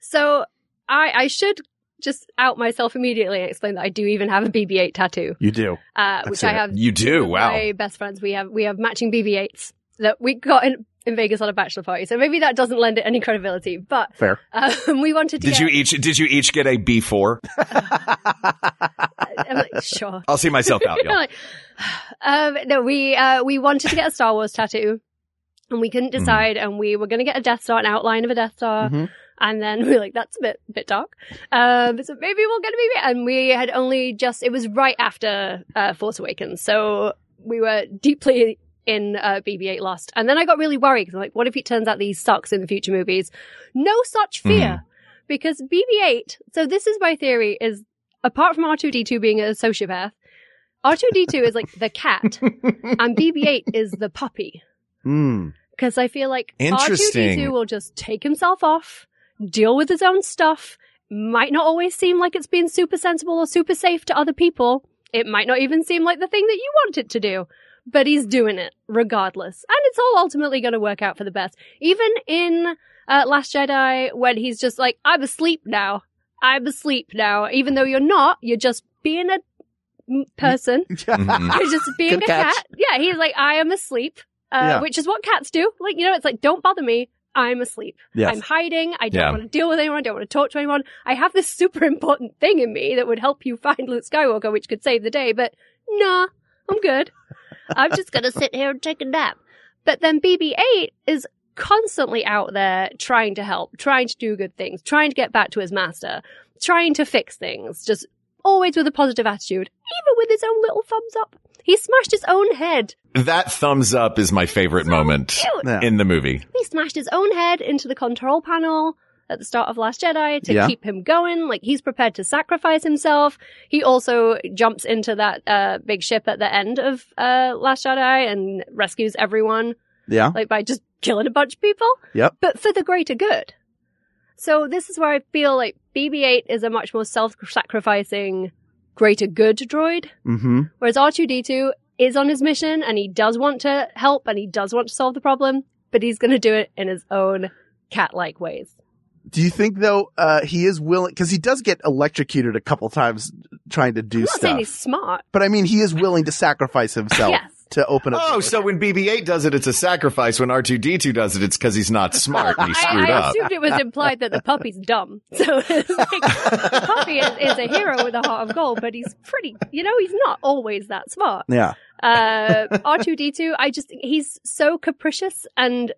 So I, I should just out myself immediately and explain that I do even have a BB-8 tattoo. You do. Uh, I've which seen I it. have. You do? two of Wow. My best friends. We have we have matching BB-8s that we got in, in Vegas on a bachelor party. So maybe that doesn't lend it any credibility. But Fair. um, we wanted to. Did get, you each, did you each get a B4? I'm like, sure. I'll see myself out, y'all. um, no, we uh, we wanted to get a Star Wars tattoo. and we couldn't decide, and we were going to get a Death Star, an outline of a Death Star. Mhm. And then we were like, that's a bit bit dark. Um, so maybe we'll get a movie. And we had only just, it was right after uh, Force Awakens. So we were deeply in uh, BB 8 Lost. And then I got really worried because I'm like, what if it turns out these sucks in the future movies? No such fear because BB 8, so this is my theory, is apart from R2 D2 being a sociopath, R2 D2 is like the cat and BB 8 is the puppy Hmm. because I feel like Interesting. R2D2 will just take himself off, deal with his own stuff. Might not always seem like it's being super sensible or super safe to other people. It might not even seem like the thing that you want it to do, but he's doing it regardless, and it's all ultimately going to work out for the best. Even in uh, Last Jedi, when he's just like, "I'm asleep now, I'm asleep now," even though you're not, you're just being a m- person. Mm-hmm. Mhm. You're just being Good a catch. cat. Yeah, he's like, I am asleep, uh, Yeah. which is what cats do. Like, you know, it's like, don't bother me. I'm asleep. Yes. I'm hiding. I don't Yeah. want to deal with anyone. I don't want to talk to anyone. I have this super important thing in me that would help you find Luke Skywalker, which could save the day, but nah, I'm good. I'm just going to sit here and take a nap. But then BB 8 is constantly out there trying to help, trying to do good things, trying to get back to his master, trying to fix things, just always with a positive attitude, even with his own little thumbs up. He smashed his own head. That thumbs up is my favorite moment cute. in the movie. He smashed his own head into the control panel at the start of Last Jedi to Yeah. keep him going. Like he's prepared to sacrifice himself. He also jumps into that uh, big ship at the end of uh, Last Jedi and rescues everyone. Yeah. Like by just killing a bunch of people. Yep. But for the greater good. So this is where I feel like BB-8 is a much more self-sacrificing greater good droid. Mm-hmm. Whereas R2D2 is on his mission and he does want to help and he does want to solve the problem, but he's going to do it in his own cat like ways. Do you think though uh, he is willing? Because he does get electrocuted a couple times trying to do I'm not saying stuff. he's smart. But I mean, he is willing to sacrifice himself Yes. to open up. Oh, so when BB-8 does it, it's a sacrifice. When R2D2 does it, it's because he's not smart. and he screwed I, I up. assumed it was implied that the puppy's dumb. So it's like, the puppy is, is a hero with a heart of gold, but he's pretty, you know, he's not always that smart. Yeah. uh r2d2 i just he's so capricious and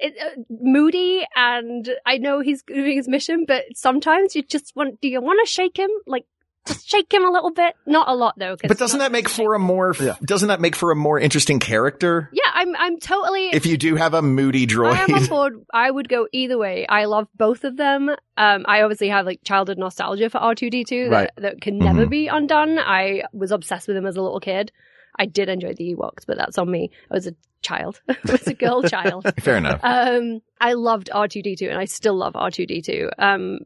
it, uh, moody and i know he's doing his mission but sometimes you just want do you want to shake him like just shake him a little bit not a lot though 'cause- But doesn't that make for a more doesn't that make for a more interesting character? yeah i'm i'm totally If you do have a moody I am on droid. board. I would go either way. I love both of them. Um, I obviously have like childhood nostalgia for R two D two Right. that that can never Mhm. be undone. I was obsessed with him as a little kid. I did enjoy the Ewoks, but that's on me. I was a child. I was a girl child. Fair enough. Um, I loved R two D two, and I still love R two D two. Um,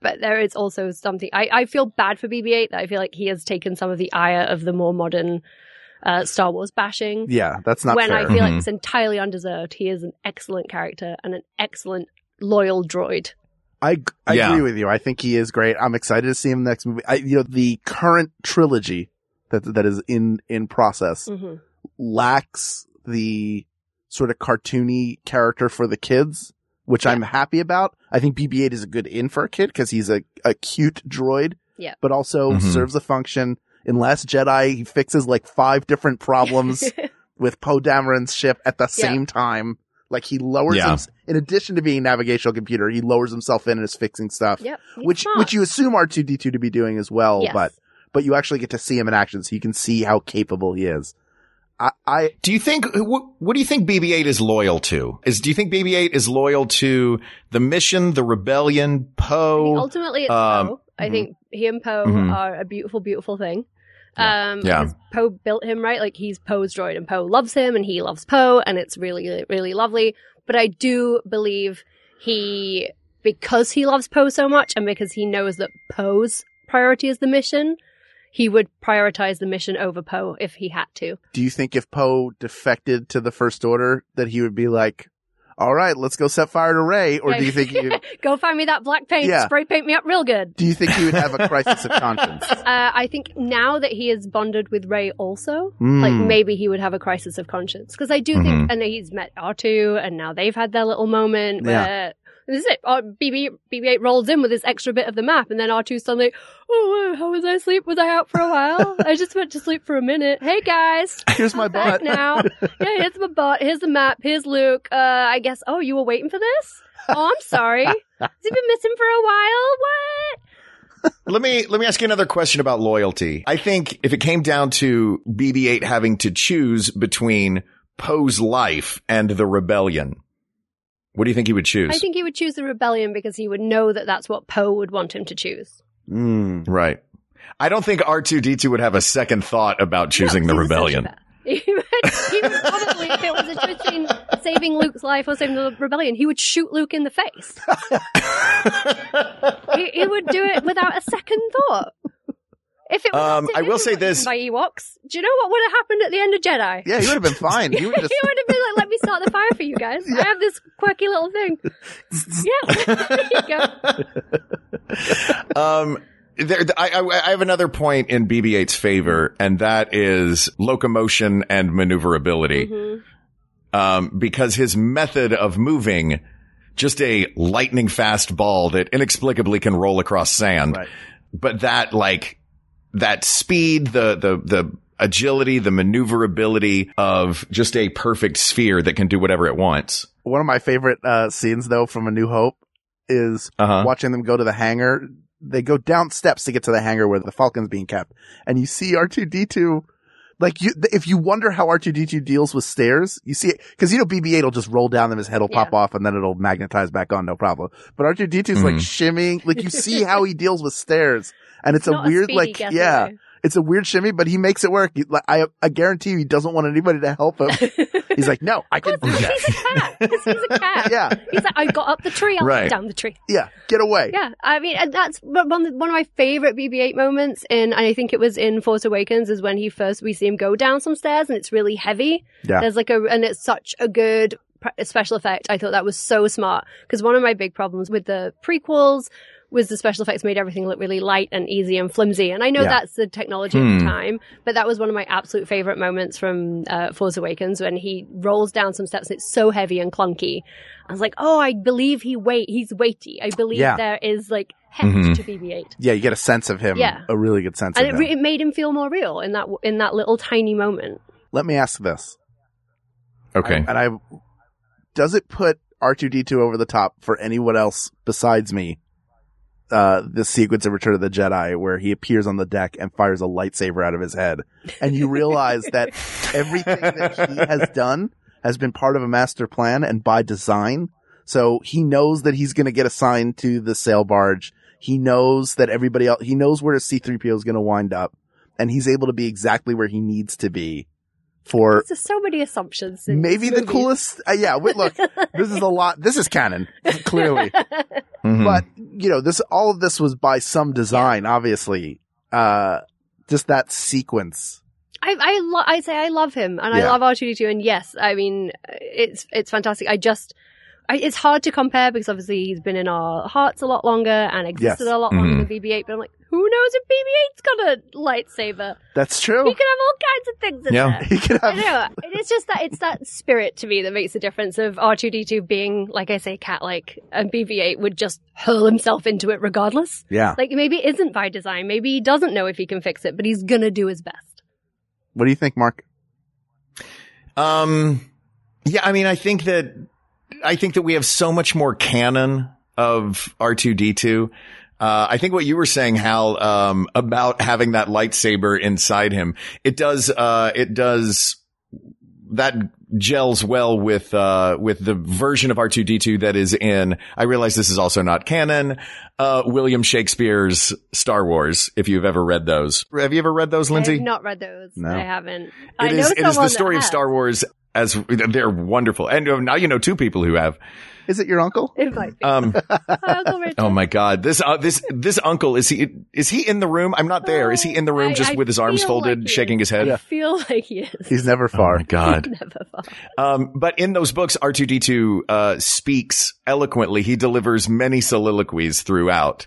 but there is also something I, I feel bad for BB eight that I feel like he has taken some of the ire of the more modern uh, Star Wars bashing Yeah, that's not when fair. I feel like it's entirely undeserved. He is an excellent character and an excellent loyal droid. I, g- I Yeah. agree with you. I think he is great. I'm excited to see him next movie. I, you know, the current trilogy that that is in in process Mhm. lacks the sort of cartoony character for the kids, which I'm happy about. I think BB-8 is a good in for a kid because he's a, a cute droid, Yeah. but also Mhm. serves a function. In Last Jedi, he fixes like five different problems with Poe Dameron's ship at the Yeah. same time. Like he lowers Yeah. hims- in addition to being a navigational computer, he lowers himself in and is fixing stuff. Yep, he's which smart. which you assume R two D two to be doing as well, Yes. but but you actually get to see him in action, so you can see how capable he is. I, I do you think what, what do you think BB-8 is loyal to? Is do you think BB-8 is loyal to the mission, the rebellion, oh, Poe? Ultimately, it's um, Poe. I mm-hmm. think he and Poe Mhm. are a beautiful, beautiful thing. Um, Yeah. because Poe built him right, like he's Poe's droid, and Poe loves him, and he loves Poe, and it's really, really lovely. But I do believe he, because he loves Poe so much, and because he knows that Poe's priority is the mission, he would prioritize the mission over Poe if he had to. do you think if Poe defected to the First Order that he would be like, All right, let's go set fire to Ray or do you think he go find me that black paint, Yeah. spray paint me up real good? do you think he would have a crisis of conscience? Uh, I think now that he is bonded with Ray, also, Mm. like maybe he would have a crisis of conscience because I do Mhm. think, and he's met R two, and now they've had their little moment Yeah. where This is it. Uh, BB, BB-8 rolls in with his extra bit of the map, and then R2's suddenly, oh, uh, how was I asleep? Was I out for a while? I just went to sleep for a minute. Hey, guys. Here's my back butt. now. Yeah, here's my bot. Here's the map. Here's Luke. Uh, I guess, oh, you were waiting for this? Oh, I'm sorry. Has he been missing for a while? What? Let me let me ask you another question about loyalty. I think if it came down to BB-8 having to choose between Poe's life and the rebellion, what do you think he would choose? I think he would choose the rebellion because he would know that that's what Poe would want him to choose. Mm, right. I don't think R2D2 would have a second thought about choosing the rebellion. He would, he would probably, if it was a choice between saving Luke's life or saving the rebellion, he would shoot Luke in the face. he, he would do it without a second thought. If it was Um, up to I him, will say he would've this- been by Ewoks, do you know what would have happened at the end of Jedi? Yeah, he would have been fine. He would just he would have been like, "Let me start the fire for you guys. I have this quirky little thing." yeah, there you go. um, there, I, I, I have another point in BB-8's favor, and that is locomotion and maneuverability. Um, because his method of moving, just a lightning fast ball that inexplicably can roll across sand, but that like that speed, the the the agility, the maneuverability of just a perfect sphere that can do whatever it wants. One of my favorite uh, scenes, though, from A New Hope is watching them go to the hangar. They go down steps to get to the hangar where the Falcon's being kept, and you see R two D two. Like you, th- if you wonder how R two D two deals with stairs, you see it because you know BB eight will just roll down them, his head will pop off, and then it'll magnetize back on, no problem. But R two D 2s like Mhm. shimmying, like you see how he deals with stairs, and it's, It's a not a weird, speedy like guess, yeah, is it? it's a weird shimmy, but he makes it work. He- like, I I guarantee you, he doesn't want anybody to help him. He's like, no, I can do that. Because he's a cat. yeah, he's like, "I got up the tree. I'll Right. get down the tree." Yeah, get away. Yeah, I mean, and that's one one of my favorite BB-8 moments. In I think it was in Force Awakens is when he first we see him go down some stairs, and it's really heavy. Yeah. there's like a and it's such a good pr- special effect. I thought that was so smart because one of my big problems with the prequels was the special effects made everything look really light and easy and flimsy. And I know Yeah. that's the technology at Hmm. the time, but that was one of my absolute favorite moments from uh, Force Awakens when he rolls down some steps and it's so heavy and clunky. I was like, oh, I believe he weight. He's weighty. I believe Yeah. there is like heft Mhm. to BB-8, Yeah, you get a sense of him. Yeah. A really good sense and of it, him. re- it made him feel more real in that in that little tiny moment. Let me ask this. Okay. and I does it put R2D2 over the top for anyone else besides me? Uh, the sequence of Return of the Jedi where he appears on the deck and fires a lightsaber out of his head. And you realize that everything that he has done has been part of a master plan and by design. So he knows that he's going to get assigned to the sail barge. He knows that everybody else, he knows where his C3PO is going to wind up and he's able to be exactly where he needs to be for There's just so many assumptions. in Er, maybe this the movie. coolest. Uh, yeah, wait, look, this is a lot. This is canon, clearly. But you know, this all of this was by some design, obviously. Uh, just that sequence. I I, lo- I say I love him and I Yeah. love R2D2 and yes, I mean it's it's fantastic. I just I, it's hard to compare because obviously he's been in our hearts a lot longer and existed Yes. a lot longer Mhm. than BB-8. But I'm like, who knows if BB-8's got a lightsaber? That's true. He could have all kinds of things in Yeah. there. He could I Um, know. And It's just that it's that spirit to me that makes the difference of R2D2 being, like I say, cat like, and BB8 would just hurl himself into it regardless. Yeah. Like maybe it isn't by design. Maybe he doesn't know if he can fix it, but he's gonna do his best. What do you think, Mark? Um, yeah, I mean, I think that I think that we have so much more canon of R two D two. Uh, I think what you were saying, Hal, um, about having that lightsaber inside him, it does, uh, it does that gels well with uh with the version of R2D2 that is in I realize this is also not canon uh William Shakespeare's Star Wars if you've ever read those. Have you ever read those Lindsay? I've not read those. No. I haven't. I It know is. It is someone the that story of has. Star Wars as they're wonderful, and uh, now you know two people who have. Is it your uncle? It might be. Um, Hi, Uncle Richard. oh my God! This uh, this this uncle is he is he in the room? I'm not there. Is he in the room I- just I with his arms feel folded, like he shaking his head? I feel like he is. He's never far. Oh God. Never far. Um, but in those books, R2D2 uh, speaks eloquently. He delivers many soliloquies throughout,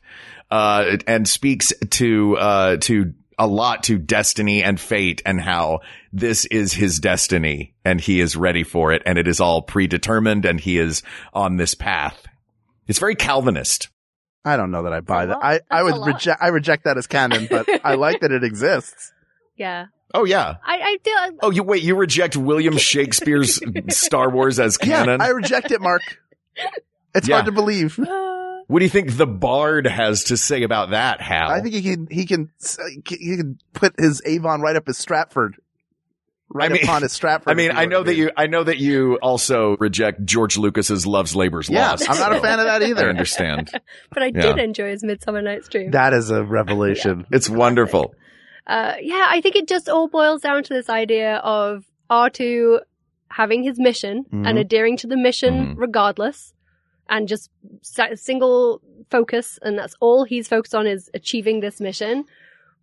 uh, and speaks to uh, to a lot to destiny and fate and how this is his destiny and he is ready for it and it is all predetermined and he is on this path. It's very Calvinist. I don't know that I buy that. I, I would reject I reject that as canon, but I like that it exists. Yeah. Oh yeah. I, I do. Oh, you wait. You reject William Shakespeare's Star Wars as canon? I reject it, Mark. It's Yeah. hard to believe. uh, What do you think the Bard has to say about that, Hal? I think he can he can he can put his Avon right up his Stratford, right upon his Stratford. I mean, I know that you. I know that you also reject George Lucas's "Loves Labor's Yeah, Lost." I'm not a so fan of that either. I understand. But I Yeah. did enjoy his Midsummer Night's Dream. That is a revelation. It's wonderful. uh, yeah, I think it just all boils down to this idea of R2 having his mission Mhm. and adhering to the mission regardless and just sa- single focus. And that's all he's focused on is achieving this mission.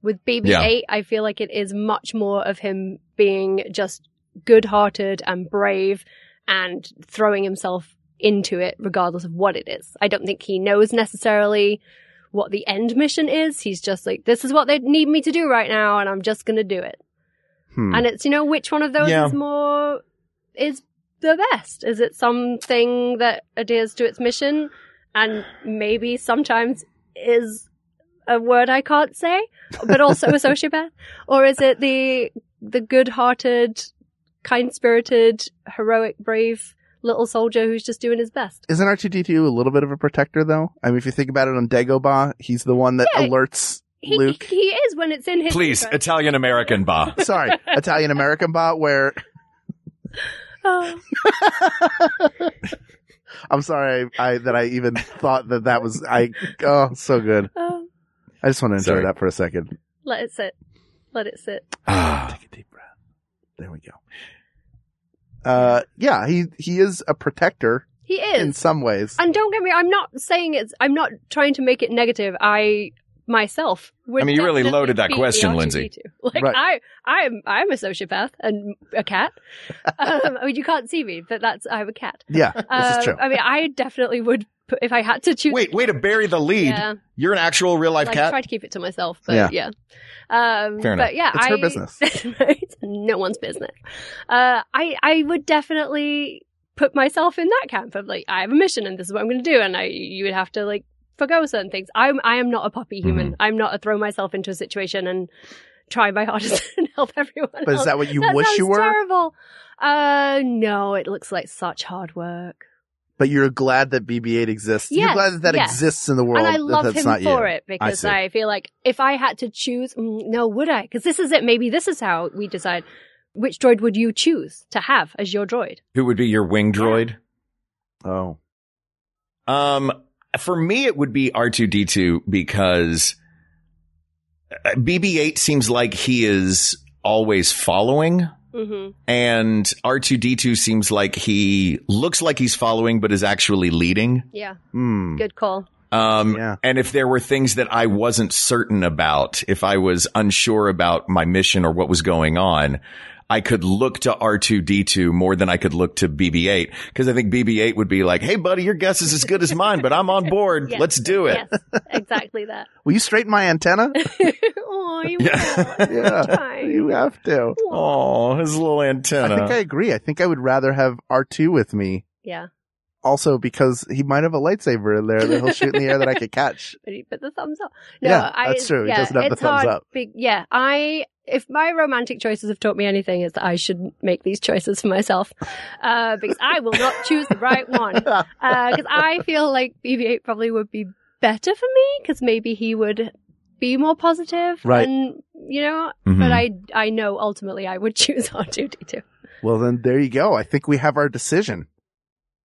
With BB 8, I feel like it is much more of him being just good hearted and brave and throwing himself into it regardless of what it is. I don't think he knows necessarily what the end mission is. He's just like, this is what they need me to do right now, and I'm just going to do it. Hmm. And it's, you know, which one of those Yeah. is more, is the best? Is it something that adheres to its mission and maybe sometimes is a word I can't say, but also a sociopath? Or is it the, the good hearted, kind spirited, heroic, brave little soldier who's just doing his best? Isn't R two D two a little bit of a protector though? I mean, if you think about it, on Dagobah, he's the one that Yeah. alerts He, Luke. he is when it's in his Please, Italian American Ba. Sorry, Italian American bot. Where Oh. I'm sorry I, I that I even thought that that was I. Oh, so good. Oh. I just want to enjoy Sorry. that for a second. Let it sit. Let it sit. There we go. Uh, yeah, he he is a protector He is. in some ways. and don't get me, I'm not saying it's, I'm not trying to make it negative. I myself would I mean, you really definitely loaded that be question, the R2D2. Lindsay. Like Right. I, I'm, I'm a sociopath and a cat. um, I mean, you can't see me, but that's, I'm a cat. Yeah, this Um, is true. I mean, I definitely would, put, if I had to choose. Wait, way to bury the lead. Yeah. You're an actual real life I cat. try to keep it to myself, but Yeah. yeah. Um, Fair enough. But yeah, It's her I- business. it's no one's business. Uh, I I would definitely put myself in that camp of like I have a mission and this is what I'm going to do, and I you would have to like forgo certain things. I'm I am not a puppy human. Mm-hmm. I'm not a throw myself into a situation and try my hardest and help everyone. But is else. that what you That wish sounds you were? Terrible. Uh, no, it looks like such hard work. But you're glad that BB-8 exists. you're Yes, glad that that yes. exists in the world. And I that love that's him not for you. it because see. I, feel like if I had to choose, mm, no, would I? Because this is it. Maybe this is how we decide which droid would you choose to have as your droid. Who would be your wing droid? Oh. Um, for me, it would be R2D2 because uh, BB8 seems like he is always following. Mm-hmm. And R2D2 seems like he looks like he's following, but is actually leading. Yeah. Hmm. Good call. Um, and if there were things that I wasn't certain about, if I was unsure about my mission or what was going on, I could look to R2D2 more than I could look to BB8 because I think BB8 would be like, Hey buddy, your guess is as good as mine, but I'm on board. Yes. Let's do it. Yes, exactly that. Will you straighten my antenna? oh, you yeah, you have to. Oh, his little I antenna. think I agree. I think I would rather have R2 with me. Yeah. Also, because he might have a lightsaber in there that he'll shoot in the air that I could catch. But he put the thumbs up. No, Yeah, I, that's true. He Yeah, doesn't have the it's thumbs hard up. be- yeah, I. If my romantic choices have taught me anything, is that I should make these choices for myself, uh, because I will not choose the right one. Because I feel like BB-8 probably would be better for me, because maybe he would be more positive, Right. And you know, Mm-hmm. Mhm. Hmm. but I, I know ultimately I would choose R two D two. Well, then there you go. I think we have our decision.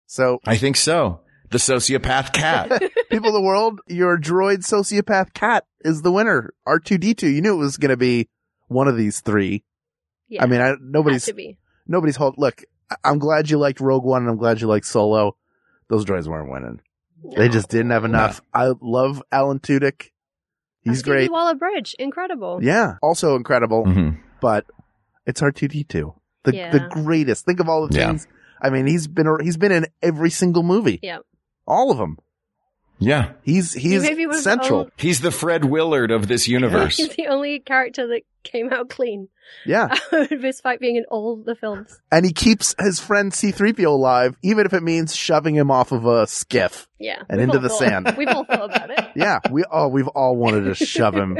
So I think so. The sociopath cat. people of the world, your droid sociopath cat is the winner. R2D2. You knew it was going to be one of these three. Yeah. I mean, I, nobody's, Had to be. nobody's hold. Look, I- I'm glad you liked Rogue One and I'm glad you liked Solo. Those droids weren't winning. They just didn't have enough. I love Alan Tudyk. He's great. Waller Bridge, incredible. Yeah. Also incredible. Mm. Mm-hmm. But it's R2D2. The, the Yeah. greatest. Think of all the Yeah. things. I mean, he's been, he's been in every single movie. yeah. All of them. Yeah. He's he's Maybe it was central. all- He's the Fred Willard of this universe. He's the only character that came out clean. Yeah. Out of his fight being in all the films. And he keeps his friend C3PO alive, even if it means shoving him off of a skiff. Yeah. And We've into all the thought- sand. We've all thought about it. yeah. We all, we've all wanted to shove him.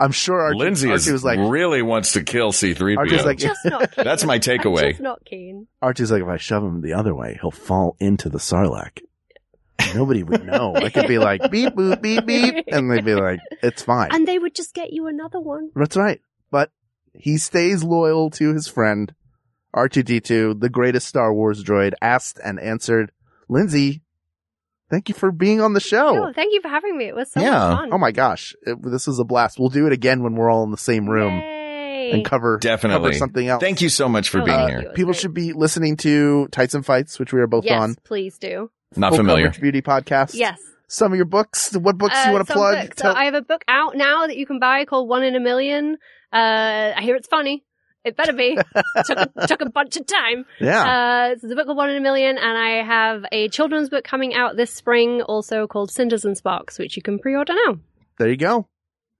I'm sure Archie, Lindsay Archie is, was like, really wants to kill C3PO. Archie's like- Just not keen. That's my takeaway. I'm just not keen. Archie's like, if I shove him the other way, he'll fall into the sarlacc. Nobody would know. I could be like, beep, boop, beep, beep. And they'd be like, it's fine. And they would just get you another one. That's right. But he stays loyal to his friend, R2D2, the greatest Star Wars droid, asked and answered, Lindsay, thank you for being on the Oh, show. thank you for having me. It was so much fun. Oh my gosh. It- this was a blast. We'll do it again when we're all in the same room Yay. and cover, Definitely. cover something else. Thank you so much for Oh, being thank here. you. People should be listening to Tights and Fights, which we are both yes, on. please do. Not Full familiar. Coverage Beauty podcast. Yes. Some of your books. What books do Uh, you want to some plug? books. So I have a book out now that you can buy called One in a Million. Uh, I hear it's funny. It better be. took, a, took a bunch of time. Yeah. Uh, so the book called One in a Million, and I have a children's book coming out this spring, also called Cinders and Sparks, which you can pre-order now. there you go.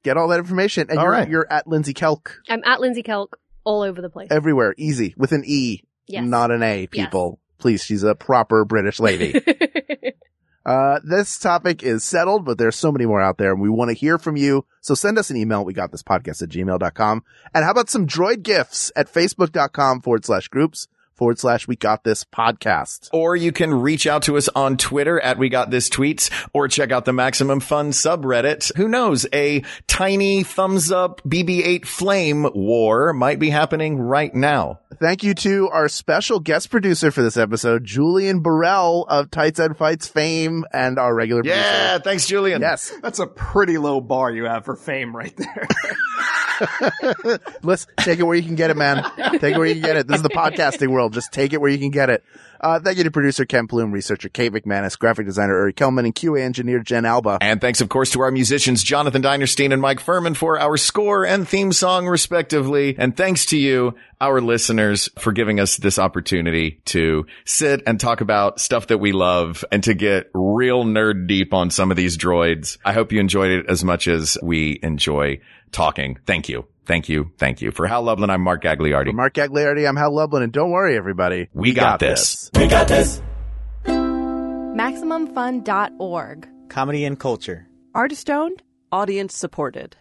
Get all that information. And All you're, right. you're at Lindsay Kelk. I'm at Lindsay Kelk all over the place. everywhere, easy with an E, Yes. not an A. Yes. People, please, she's a proper British lady. uh, this topic is settled, but there's so many more out there, and we want to hear from you. So send us an email. We got this podcast at gmail.com. And how about some droid gifts at facebook.com forward slash groups forward slash we got this podcast. Or you can reach out to us on Twitter at We Got This Tweets or check out the Maximum Fun subreddit. Who knows? A tiny thumbs up BB8 flame war might be happening right now. Thank you to our special guest producer for this episode, Julian Burrell of Tights and Fights fame and our regular producer. Yeah. Thanks, Julian. Yes. That's a pretty low bar you have for fame right there. Let's take it where you can get it, man. Take it where you can get it. This is the podcasting world. Just take it where you can get it. Uh, thank you to producer Ken Bloom, researcher Kate McManus, graphic designer Uri Kelman, and QA engineer Jen Alba. Uh, And thanks, of course, to our musicians, Jonathan Dinerstein and Mike Furman for our score and theme song, respectively. And thanks to you, our listeners, for giving us this opportunity to sit and talk about stuff that we love and to get real nerd deep on some of these droids. I hope you enjoyed it as much as we enjoy talking. Thank you. Thank you. Thank you. For Hal Loveland, I'm Mark Gagliardi. Mark Gagliardi, I'm Hal Lublin, and don't worry, everybody. we, got, this. We got this. MaximumFun.org. Comedy and culture. Artist owned, audience supported.